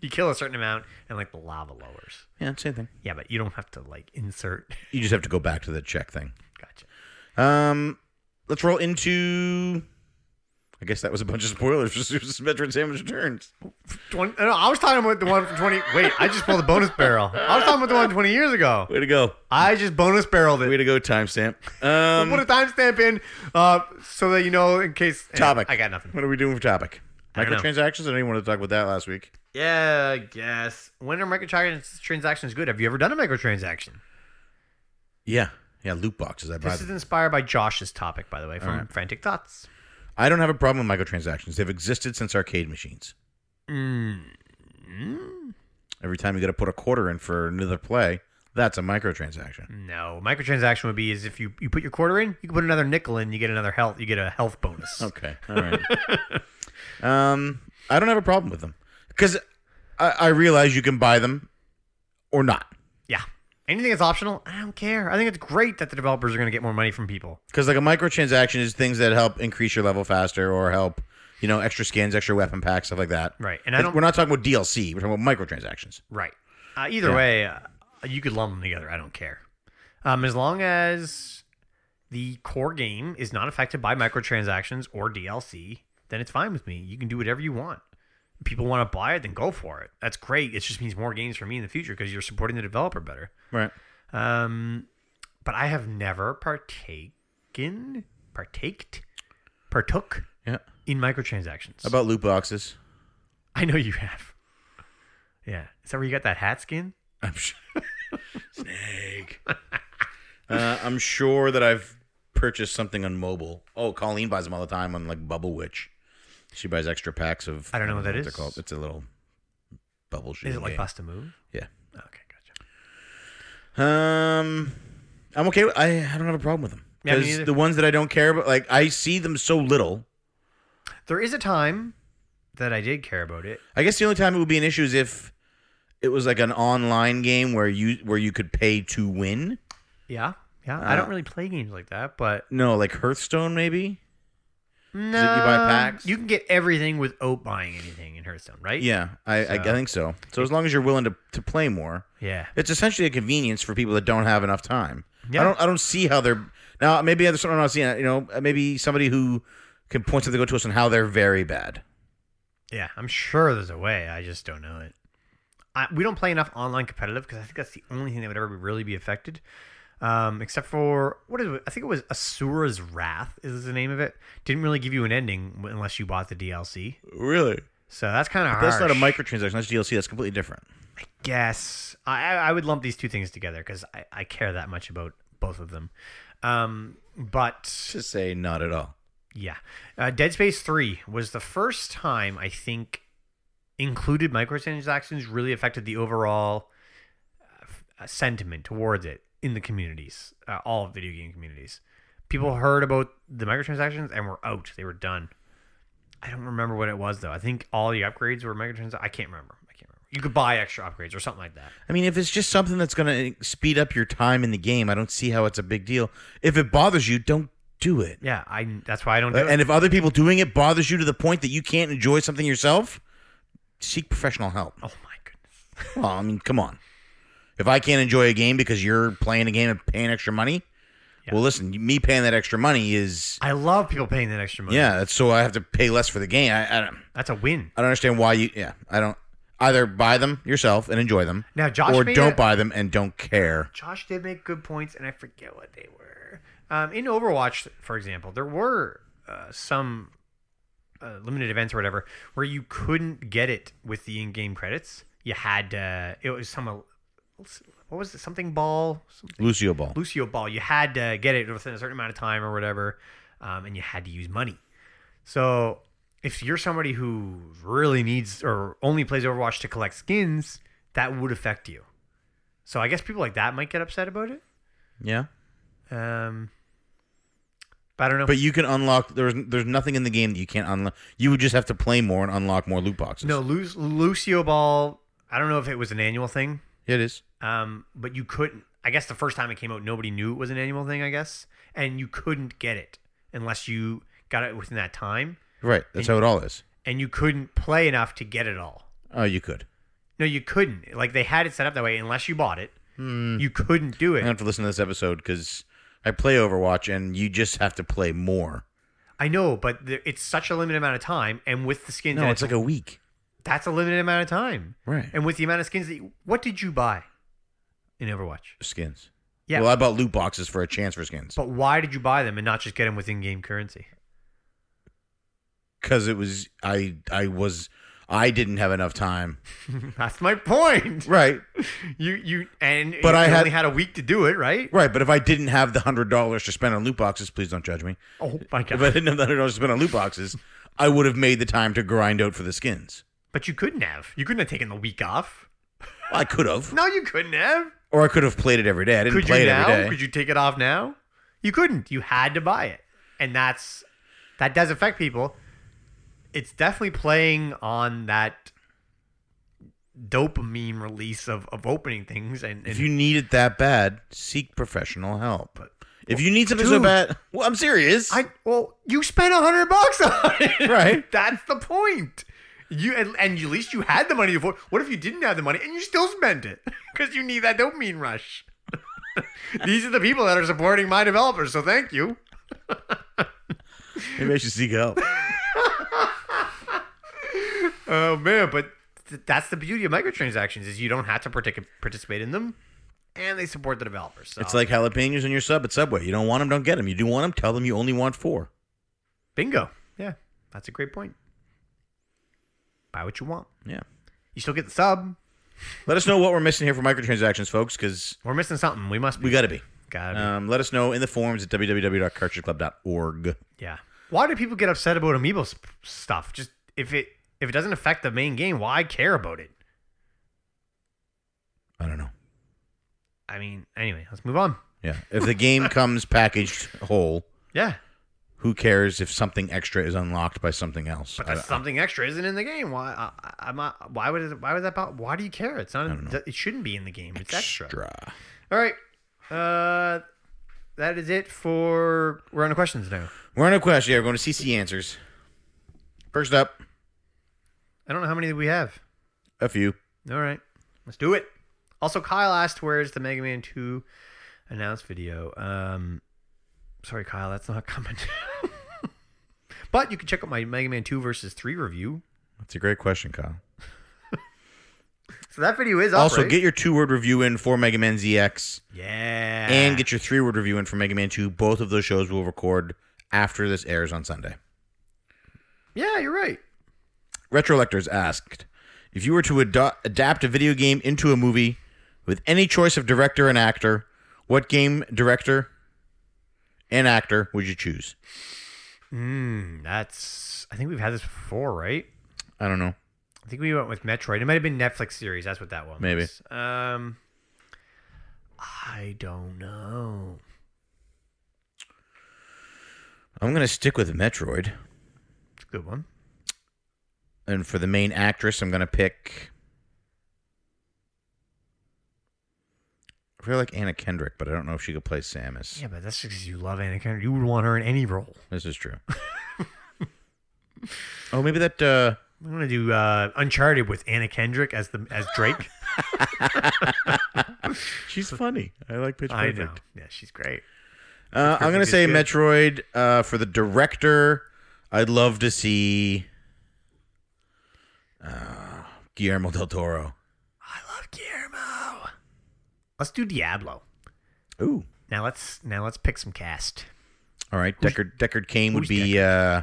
you kill a certain amount and like the lava lowers
yeah, same thing.
yeah but you don't have to like insert
You just have to go back to the check thing.
gotcha
Um, let's roll into. I guess that was a bunch of spoilers for Super Metroid Samus Returns.
20, no, I was talking about the one from 20. Wait, I just pulled a bonus barrel. I was talking about the one 20 years ago.
Way to go!
I just bonus barreled
Way
it.
to go! Timestamp.
Put a
Um,
timestamp in uh, so that you know in case.
topic.
I got nothing.
What are we doing for topic?
I don't know.
Microtransactions. I didn't even want to talk about that last week.
Yeah, I guess. When are microtransactions good? Have you ever done a microtransaction?
Yeah, yeah. Loot boxes. I buy
This
them.
is inspired by Josh's topic, by the way, from Frantic Thoughts.
I don't have a problem with microtransactions. They've existed since arcade machines. Mm-hmm. Every time you got to put a quarter in for another play, that's a microtransaction.
No, microtransaction would be is if you, you put your quarter in, you can put another nickel in, you get another health, you get a health bonus.
Okay, all right. um, I don't have a problem with them because I, I realize you can buy them or not.
Yeah. Anything that's optional, I don't care. I think it's great that the developers are going to get more money from people.
Because like a microtransaction is things that help increase your level faster or help you know extra skins, extra weapon packs, stuff like that.
Right. And I don't
We're not talking about DLC. We're talking about microtransactions.
Right. Uh, either way, uh, you could lump them together. I don't care. Um, as long as the core game is not affected by microtransactions or DLC, then it's fine with me. You can do whatever you want. If people want to buy it, then go for it. That's great. It just means more games for me in the future because you're supporting the developer better.
Right.
Um, but I have never partaken, partaked, partook
Yeah.
in microtransactions.
About loot boxes.
I know you have. Yeah. Is that where you got that hat skin?
I'm sure. Snake. Uh, I'm sure that I've purchased something on mobile. Oh, Colleen buys them all the time on like Bubble Witch. She buys extra packs of.
I don't know what that
They're
is.
called. It's a little bubble shooting.
Is it like
game.
Pasta Move?
Yeah.
Okay, gotcha.
Um, I'm okay. With, I I don't have a problem with them
Yeah, me
because
neither.
the ones that I don't care about, like I see them so little.
There is a time that I did care about it.
I guess the only time it would be an issue is if it was like an online game where you where you could pay to win.
Yeah. Yeah. I don't
Uh,
really play games like that, but
No, like Hearthstone, maybe.
no.
buy packs?
You can get everything without buying anything in Hearthstone, right?
Yeah, I, I, I
So-
think so. So as long as you're willing to, to play more,
Yeah.
it's essentially a convenience for people that don't have enough time.
Yeah.
I don't I don't see how they're now. Maybe there's someone else. You know, maybe somebody who can point something out to us on how they're very bad.
Yeah. I'm sure there's a way. I just don't know it. I, we don't play enough online competitive because I think that's the only thing that would ever really be affected. Um, except for what is it? I think it was Asura's Wrath is the name of it. Didn't really give you an ending unless you bought the DLC.
Really?
So that's kind of
That's not a microtransaction. That's DLC. That's completely different.
guess I, I I would lump these two things together because I, I care that much about both of them. Um, but
To say not at all.
yeah, uh, Dead Space Three was the first time I think included microtransactions really affected the overall uh, f- uh, sentiment towards it in the communities, uh, all video game communities. People heard about the microtransactions and were out; they were done. I don't remember what it was though. I think all the upgrades were microtransactions. I can't remember. I can't remember. You could buy extra upgrades or something like that.
I mean, if it's just something that's going to speed up your time in the game, I don't see how it's a big deal. If it bothers you, don't do it.
Yeah, I. That's why I don't. Do
Uh,
it.
And if other people doing it bothers you to the point that you can't enjoy something yourself, seek professional help.
oh my goodness.
Well, I mean, come on. If I can't enjoy a game because you're playing a game and paying extra money,
Yeah.
well, listen, me paying that extra money is
I love people paying that extra money.
yeah. That's so I have to pay less for the game. I, I don't.
that's a win.
I don't understand why you. Yeah, I don't. Either buy them yourself and enjoy them,
Now, Josh
or
made
don't
a-
buy them and don't care.
Josh did make good points, and I forget what they were. Um, in Overwatch, for example, there were uh, some uh, limited events or whatever where you couldn't get it with the in-game credits. You had to. It was some. uh, What was it? Something ball. Some,
Lucio Ball.
Lucio Ball. You had to get it within a certain amount of time or whatever, um, and you had to use money. So if you're somebody who really needs or only plays Overwatch to collect skins, that would affect you. So I guess people like that might get upset about it.
Yeah.
Um, but I don't know.
But you can unlock. There's there's nothing in the game that you can't unlock. You would just have to play more and unlock more loot boxes.
no, Lu- Lucio Ball. I don't know if it was an annual thing,
it is.
um, but you couldn't. I guess the first time it came out, nobody knew it was an annual thing. I guess, and you couldn't get it unless you got it within that time.
Right. That's how it all is.
and you couldn't play enough to get it all.
Oh, you could.
No, you couldn't. Like they had it set up that way unless you bought it.
Hmm.
You couldn't do
I
it.
have to listen to this episode because I play Overwatch and you just have to play more.
I know, but there, it's such a limited amount of time, and with the skins,
No,
that
it's like a week.
that's a limited amount of time,
Right.
and with the amount of skins that you, what did you buy in Overwatch?
Skins.
Yeah,
Well, I bought loot boxes for a chance for skins
but why did you buy them and not just get them with in-game currency?
because it was I I was I didn't have enough time.
that's my point.
Right.
You you and
But
you
I had-
only had a week to do it, right?
Right. But if I didn't have the hundred dollars to spend on loot boxes, please don't judge me.
Oh my god!
If I didn't have the hundred dollars to spend on loot boxes, I would have made the time to grind out for the skins.
but you couldn't have. You couldn't have taken the week off.
I could have.
No, you couldn't have.
Or I could have played it every day. I didn't
could
play it
you now?
every day.
Could you take it off now? You couldn't. You had to buy it, and that's that does affect people. It's definitely playing on that dopamine release of, of opening things and, and
if you need it that bad, seek professional help. If you need something so
Dude.
bad, well, I'm serious.
I well, you spent a hundred bucks on it,
Right.
That's the point. You and, and at least you had the money before. What if you didn't have the money and you still spent it because you need that dopamine rush? These are the people that are supporting my developers, so thank you.
Maybe I should seek help.
Oh man, but th- that's the beauty of microtransactions is you don't have to partic- participate in them, and they support the developers. So.
It's like jalapenos in your sub at Subway. You don't want them, don't get them. You do want them, tell them you only want four.
bingo. Yeah, that's a great point. Buy what you want.
Yeah.
You still get the sub.
Let us know what we're missing here for microtransactions, folks, because
We're missing something. We must. Be.
we got to be.
Gotta be.
Um, let us know in the forums at www.cartridgeclub.org.
yeah. Why do people get upset about amiibo sp- stuff? Just if it if it doesn't affect the main game, why care about it?
I don't know.
I mean, anyway, let's move on.
Yeah. If the game comes packaged whole,
Yeah,
who cares if something extra is unlocked by something else?
but
I-
that's something extra isn't in the game. Why? I, I, I'm not, why would it, why would that? bo- Why do you care? It's not.
don't
In, it shouldn't be in the game. It's extra.
extra.
All right. Uh, that is it for we're on to questions now.
We're on a question. Yeah, we're going to CC answers. First up,
I don't know how many we have.
a few.
All right, let's do it. Also, Kyle asked, "Where's the Mega Man 2 announced video?" Um, sorry, Kyle, that's not coming. but you can check out my Mega Man 2 versus 3 review.
That's a great question, Kyle.
So that video is up,
Also,
right?
get your two word review in for Mega Man ZX
yeah,
and get your three word review in for Mega Man 2. Both of those shows will record after this airs on Sunday.
yeah, you're right.
Retrolectors asked If you were to ado- adapt a video game into a movie with any choice of director and actor, what game director and actor would you choose?
Mm, that's I think we've had this before, right?
I don't know.
I think we went with Metroid. It might have been Netflix series. That's what that one.
Maybe.
was. Um, I don't know.
I'm going to stick with Metroid.
It's a good one.
And for the main actress, I'm going to pick. I feel like Anna Kendrick, but I don't know if she could play Samus.
Yeah, but that's just because you love Anna Kendrick. You would want her in any role.
This is true. oh, maybe that. Uh,
I'm gonna do uh, Uncharted with Anna Kendrick as the as Drake.
She's funny. I like Pitch
I know. Yeah, she's great.
Uh, I'm gonna
is
say
good.
Metroid uh, for the director. I'd love to see uh, Guillermo del Toro.
I love Guillermo. Let's do Diablo.
Ooh,
Now let's now let's pick some cast.
all right. Deckard Deckard Kane would
who's
be uh,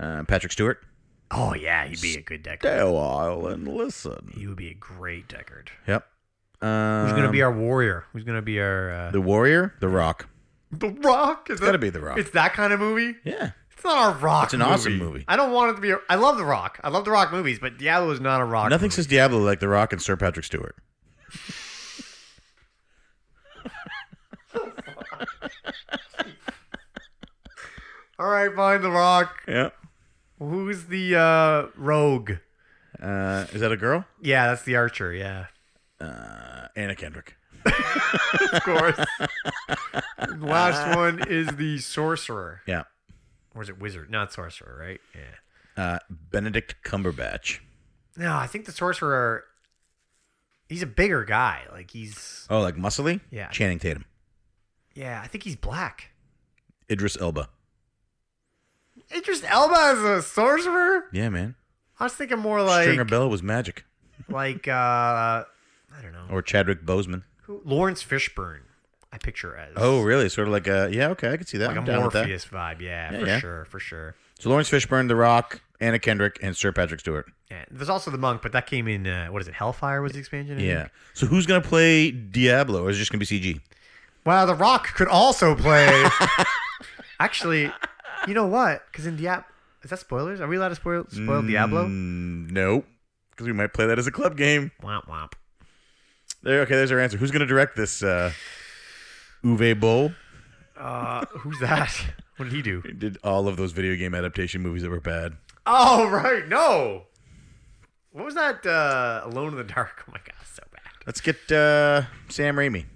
uh, Patrick Stewart.
Oh yeah, he'd be a good Deckard.
Stay a while and listen.
He would be a great Deckard.
Yep.
Who's gonna be
Um,
our warrior? Who's gonna be our uh,
the Warrior? The Rock.
The Rock? Is
It's gotta be The Rock.
It's that kind of movie.
Yeah.
It's not a Rock.
It's an awesome movie.
I don't want it to be. A, I love The Rock. I love The Rock movies, but Diablo is not a Rock.
Nothing
movie.
says Diablo like The Rock and Sir Patrick Stewart.
All right, fine. The Rock.
Yeah.
Who's the uh, rogue?
Uh, is that a girl?
Yeah, that's the archer. Yeah,
Uh, Anna Kendrick.
of course. Last one is the sorcerer,
Yeah.
or is it wizard? Not sorcerer, right? Yeah.
Uh, Benedict Cumberbatch.
No, I think the sorcerer. He's a bigger guy. Like he's.
Oh, like muscly?
Yeah.
Channing Tatum.
Yeah, I think he's black.
Idris Elba.
Idris Elba is a sorcerer.
Yeah, man.
I was thinking more like
Stringer Bell was magic.
like uh I don't know.
Or Chadwick Boseman.
Who, Lawrence Fishburne, I picture as
Oh, really? Sort of like a yeah. Okay, I could see that.
like a
I'm down with that.
Morpheus vibe, yeah,
Yeah,
for
yeah.
sure, for sure.
So Lawrence Fishburne, The Rock, Anna Kendrick, and Sir Patrick Stewart.
Yeah. There's also the monk, but that came in uh, what is it, Hellfire was the expansion? I
Yeah.
think?
So who's gonna play Diablo, or is it just gonna be CG?
Wow, the rock could also play Actually, you know what? Because in Diablo is that spoilers? Are we allowed to spoil spoil Diablo?
Mm, no, because we might play that as a club game.
Womp womp.
There. Okay, there's our answer. Who's gonna direct this? Uh, Uwe Boll
Uh, who's that? What did he do?
He did all of those video game adaptation movies that were bad.
Oh right, no. What was that? Uh, Alone in the Dark. Oh my god, so bad.
Let's get uh, Sam Raimi,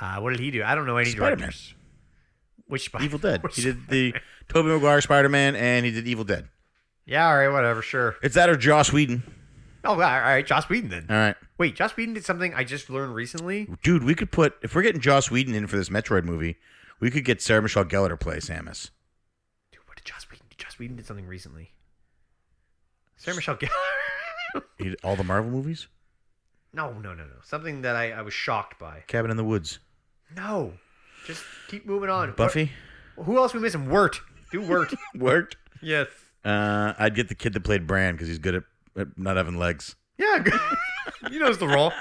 Uh, what did he do? I don't know any
Spider-Man.
directors. Which Spider-
Evil Dead.
which-
He did the Tobey Maguire Spider Man, and he did Evil Dead.
Yeah, all right, whatever, sure.
It's that or Joss Whedon.
Oh, all right, Joss Whedon then.
All right.
Wait, Joss Whedon did something I just learned recently.
Dude, we could put if we're getting Joss Whedon in for this Metroid movie, we could get Sarah Michelle Gellar to play Samus.
Dude, what did Joss Whedon? do? Joss Whedon did something recently. Sarah Michelle Gellar.
He did all the Marvel movies,
no, no, no, no. Something that I, I was shocked by.
Cabin in the Woods,
No, just keep moving on.
Buffy
Wh- who else we missing? Wirt. Do Wirt.
worked.
yes.
Uh, I'd get the kid that played Bran because he's good at, at not having legs.
Yeah. Good. he knows the role.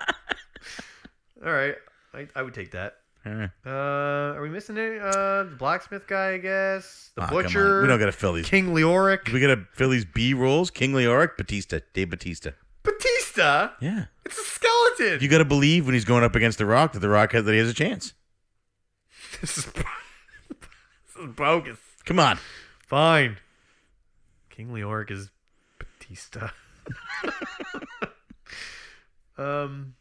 All right, I, I would take that.
Eh.
Uh, are we missing it? Uh, the blacksmith guy, I guess. The
Aw, Ah, come on.
butcher.
We don't gotta fill these.
King Leoric.
We gotta fill these B rolls. King Leoric, Batista, Dave Batista.
Batista.
Yeah,
It's a skeleton.
you gotta believe when he's going up against the Rock that the Rock has that he has a chance.
this, is, this is bogus.
Come on.
Fine. King Leoric is Batista. um,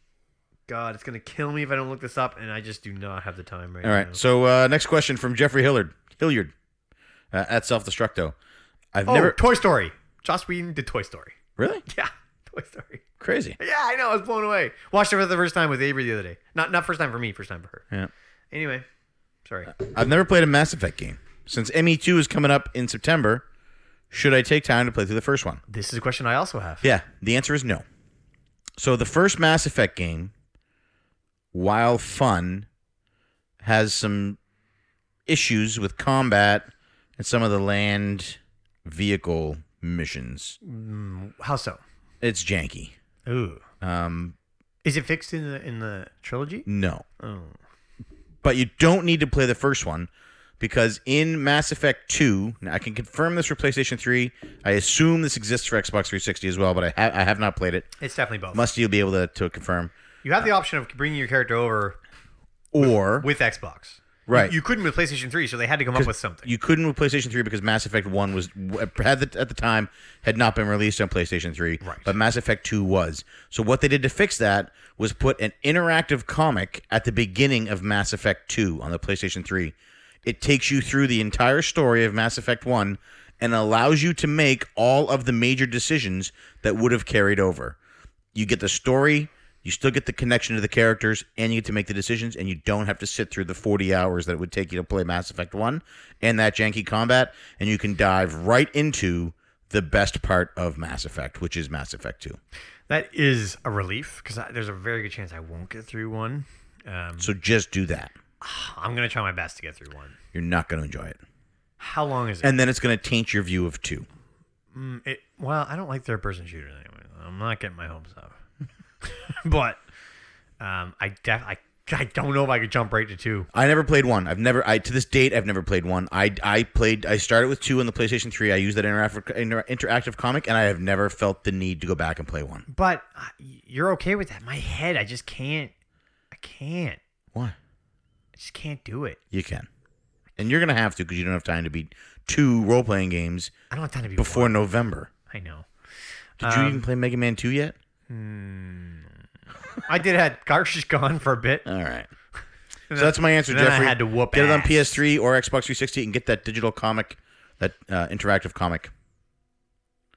God, it's gonna kill me if I don't look this up, and I just do not have the time right
All
now.
right. So uh, next question from Jeffrey Hilliard. Hilliard uh, at Self Destructo. I've
Oh,
never
Toy Story. Joss Whedon did Toy Story.
really
Yeah, Toy Story.
crazy.
Yeah, I know. I was blown away. Watched it for the first time with Avery the other day. Not not first time for me, first time for her.
Yeah.
Anyway, sorry.
I've never played a Mass Effect game. Since ME2 is coming up in September, should I take time to play through the first one?
This is a question I also have.
Yeah, the answer is no. So the first Mass Effect game, while fun, has some issues with combat and some of the land vehicle missions.
How so?
It's janky.
Ooh.
Um,
Is it fixed in the in the trilogy?
no.
Oh.
but you don't need to play the first one because in Mass Effect 2, now I can confirm this for PlayStation 3. I assume this exists for Xbox 360 as well, but I, ha- I have not played it.
It's definitely both.
Must you'll be able to, to confirm.
you have the option of bringing your character over
Or
with Xbox.
Right.
You, you couldn't with PlayStation 3, so they had to come up with something.
you couldn't with PlayStation 3 because Mass Effect 1 was had the, at the time had not been released on PlayStation 3,
Right.
but Mass Effect 2 was. So what they did to fix that was put an interactive comic at the beginning of Mass Effect 2 on the PlayStation 3. It takes you through the entire story of Mass Effect 1 and allows you to make all of the major decisions that would have carried over. You get the story you still get the connection to the characters and you get to make the decisions and you don't have to sit through the 40 hours that it would take you to play Mass Effect 1 and that janky combat and you can dive right into the best part of Mass Effect which is Mass Effect 2.
That is a relief because there's a very good chance I won't get through one. Um,
So just do that.
I'm gonna try my best to get through one.
You're not going to enjoy it.
How long is it?
And then it's going to taint your view of 2.
Mm, it well, I don't like third person shooters anyway. I'm not getting my hopes up. but um, I def- I I don't know if I could jump right to two.
I never played one. I've never I to this date I've never played one. I I played I started with 2 on the PlayStation 3. I used that interactive inter- interactive comic and I have never felt the need to go back and play one.
But uh, you're okay with that. My head, I just can't. I can't.
Why?
I just can't do it.
You can. And you're going to have to because you don't have time to beat two role playing games
I don't have time to be.
before November.
I know.
Did you
Um,
even play Mega Man 2 yet?
I did had cartridge gone for a bit.
All right. So that's my answer,
then I
Jeffrey.
had to whoop
Get it on
ass.
PS3 or Xbox 360 and get that digital comic, that uh, interactive comic.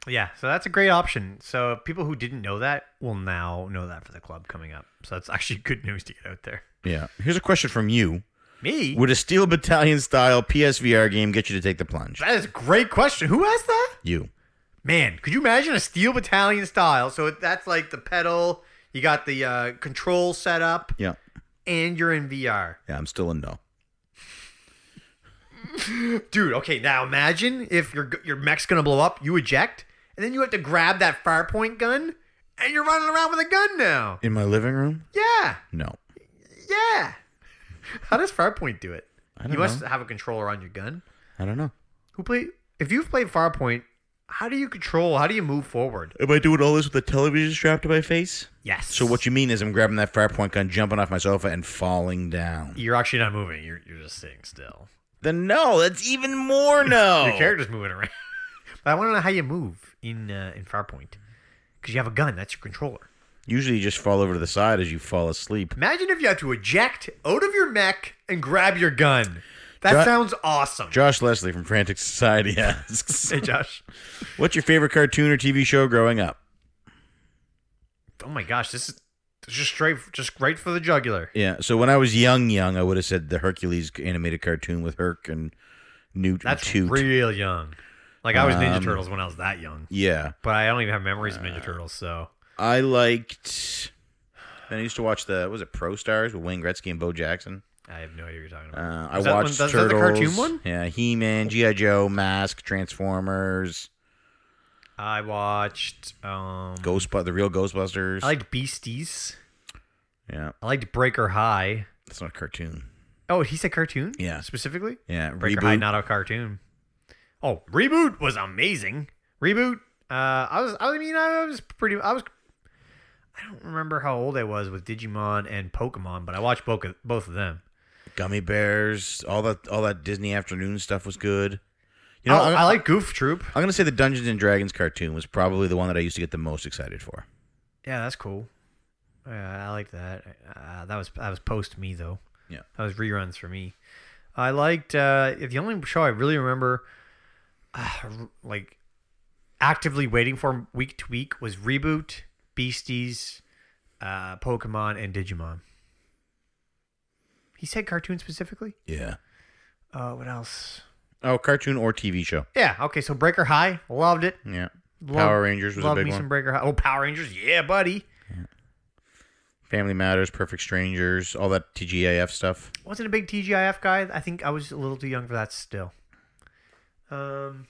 Yeah, so that's a great option. So people who didn't know that will now know that for the club coming up. So that's actually good news to get out there.
Yeah. Here's a question from you
Me?
Would a Steel Battalion style PSVR game get you to take the plunge?
that is a great question. Who asked that?
You.
Man, could you imagine a Steel Battalion style? So it- that's like the pedal, you got the uh, control set up,
Yeah.
and you're in VR.
Yeah, I'm still in no.
Dude, okay, now imagine if your your mech's gonna blow up, you eject, and then you have to grab that firepoint gun, and you're running around with a gun now.
In my living room?
Yeah,
No.
yeah. How does firepoint do it?
I don't
You must
know.
have a controller on your gun.
I don't know.
Who play? If you've played Firepoint, how do you control? How do you move forward?
Am I doing all this with a television strapped to my face?
Yes.
So what you mean is I'm grabbing that firepoint gun, jumping off my sofa, and falling down.
You're actually not moving. You're you're just sitting still.
Then no, that's even more no.
Your character's moving around. but I want to know how you move in uh, in Firepoint because you have a gun. That's your controller.
Usually you just fall over to the side as you fall asleep.
Imagine if you had to eject out of your mech and grab your gun. That
Jo-
sounds awesome.
Josh Leslie from Frantic Society asks,
hey Josh.
"What's your favorite cartoon or TV show growing up?"
Oh my gosh, this is this is just straight just right for the jugular.
Yeah. So when I was young, young, I would have said the Hercules animated cartoon with Herc and Newt
That's
and Toot.
real young. Like I was Ninja
Um, uh,
Turtles when I was that young,
yeah,
but I don't even have memories of Ninja Turtles. So
I liked. Then I used to watch the what was it Pro Stars with Wayne Gretzky and Bo Jackson.
I have no idea what you're talking about.
Uh, I
Is that one-
watched
that's- is that the
Turtles.
cartoon one?
Yeah, He Man, GI Joe, Mask, Transformers, uh,
I watched. Um,
Ghostbusters, the real Ghostbusters.
I liked Beasties.
yeah,
I liked Breaker High.
that's not a cartoon.
Oh, he said cartoon.
Yeah.
specifically.
Yeah,
Breaker
reboot.
High, not a cartoon. Oh, reboot was amazing. Reboot. Uh, I was. I mean, I was pretty. I was. I don't remember how old I was with Digimon and Pokemon, but I watched both of- both of them.
Gummy bears, all that, all that Disney afternoon stuff was good. You
You
know,
know,
I'm,
Oh, I like Goof Troop.
I'm gonna say the Dungeons and Dragons cartoon was probably the one that I used to get the most excited for.
Yeah, that's cool. Uh, I like that. Uh, that was that was post me though.
Yeah.
that was reruns for me. I liked uh, the only show I really remember, uh, like actively waiting for week to week was reboot, Beasties, uh, Pokemon, and Digimon. He said cartoon specifically.
Yeah.
Uh, what else?
Oh, cartoon or TV show.
Yeah. Okay. So Breaker High, loved it.
Yeah.
Loved,
Power Rangers was a
loved
big
me
one.
some Breaker High. Oh, Power Rangers. Yeah, buddy.
Family Matters, Perfect Strangers, all that TGIF stuff.
wasn't a big TGIF guy. I think I was a little too young for that still. Um,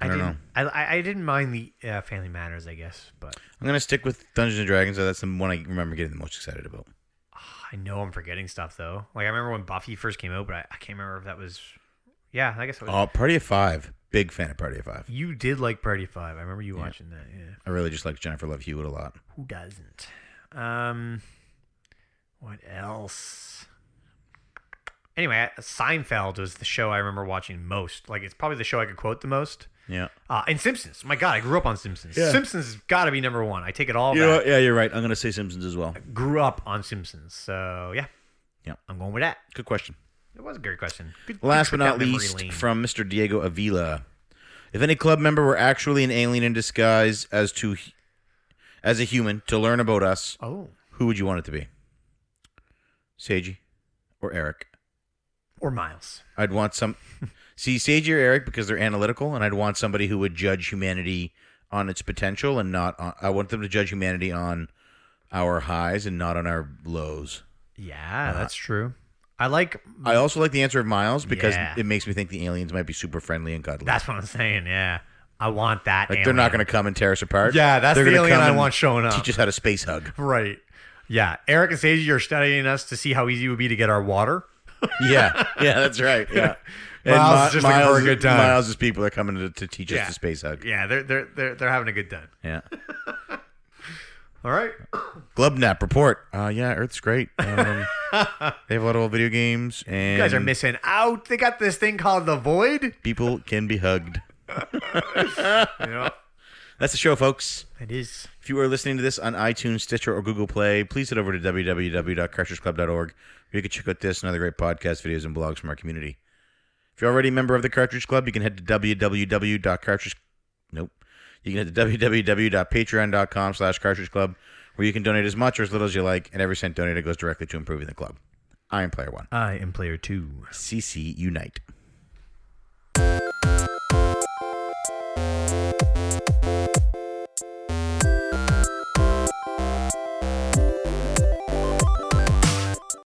I don't
didn't, I, I I didn't mind the uh, Family Matters, I guess, but
I'm gonna stick with Dungeons and Dragons. though. That's the one I remember getting the most excited about.
I know I'm forgetting stuff though. Like I remember when Buffy first came out, but I, I can't remember if that was. Yeah, I guess it was.
Oh, Party of Five. Big fan of Party of Five.
you did like Party Five. I remember you watching that. Yeah.
I really just like Jennifer Love Hewitt a lot.
Who doesn't? Um, what else? Anyway, Seinfeld was the show I remember watching most. Like it's probably the show I could quote the most.
Yeah.
Uh, and Simpsons. My God, I grew up on Simpsons.
Yeah.
Simpsons has got to be number one. I take it all
You know
back.
what? Yeah, you're right. I'm gonna say Simpsons as well.
Grew up on Simpsons. So, yeah.
Yeah.
I'm going with that.
Good question.
It was a great question. Good,
Last
good
but
trip
not
down memory
least,
lane.
from Mr. Diego Avila. If any club member were actually an alien in disguise as to as a human to learn about us,
Oh.
who would you want it to be? Seiji or Eric?
Or Miles.
I'd want some see Seiji or Eric because they're analytical, and I'd want somebody who would judge humanity on its potential and not on. I want them to judge humanity on our highs and not on our lows.
Yeah,
Uh,
that's true. I like.
I also like the answer of Miles because
Yeah.
it makes me think the aliens might be super friendly and godly.
That's what I'm saying. Yeah. I want that.
like they're not
alien.
going to come and tear us apart.
Yeah, that's
They're
the
gonna
alien
come
I
and
want showing up.
Teach us how to space hug.
Right. Yeah. Eric and Sage are studying us to see how easy it would be to get our water.
yeah, yeah, that's right. Yeah, And
Miles
Mi-
is just looking for a good time.
Miles' people are coming to, to teach
Yeah.
us to space hug.
Yeah, they're, they're, they're, they're having a good time.
Yeah.
All right.
Glubnap report. Uh, yeah, Earth's great. Um, they have a lot of old video games, and
You guys are missing out. They got this thing called The Void.
people can be hugged.
Yeah.
That's the show, folks.
It is.
If you are listening to this on iTunes, Stitcher, or Google Play, please head over to www.cartridgeclub.org where you can check out this and other great podcast videos and blogs from our community. If you're already a member of the Cartridge Club, you can head to www.cartridge... Nope. You can head to www.patreon.com slash cartridge club where you can donate as much or as little as you like, and every cent donated goes directly to improving the club. I am Player One.
I am player two.
CC Unite.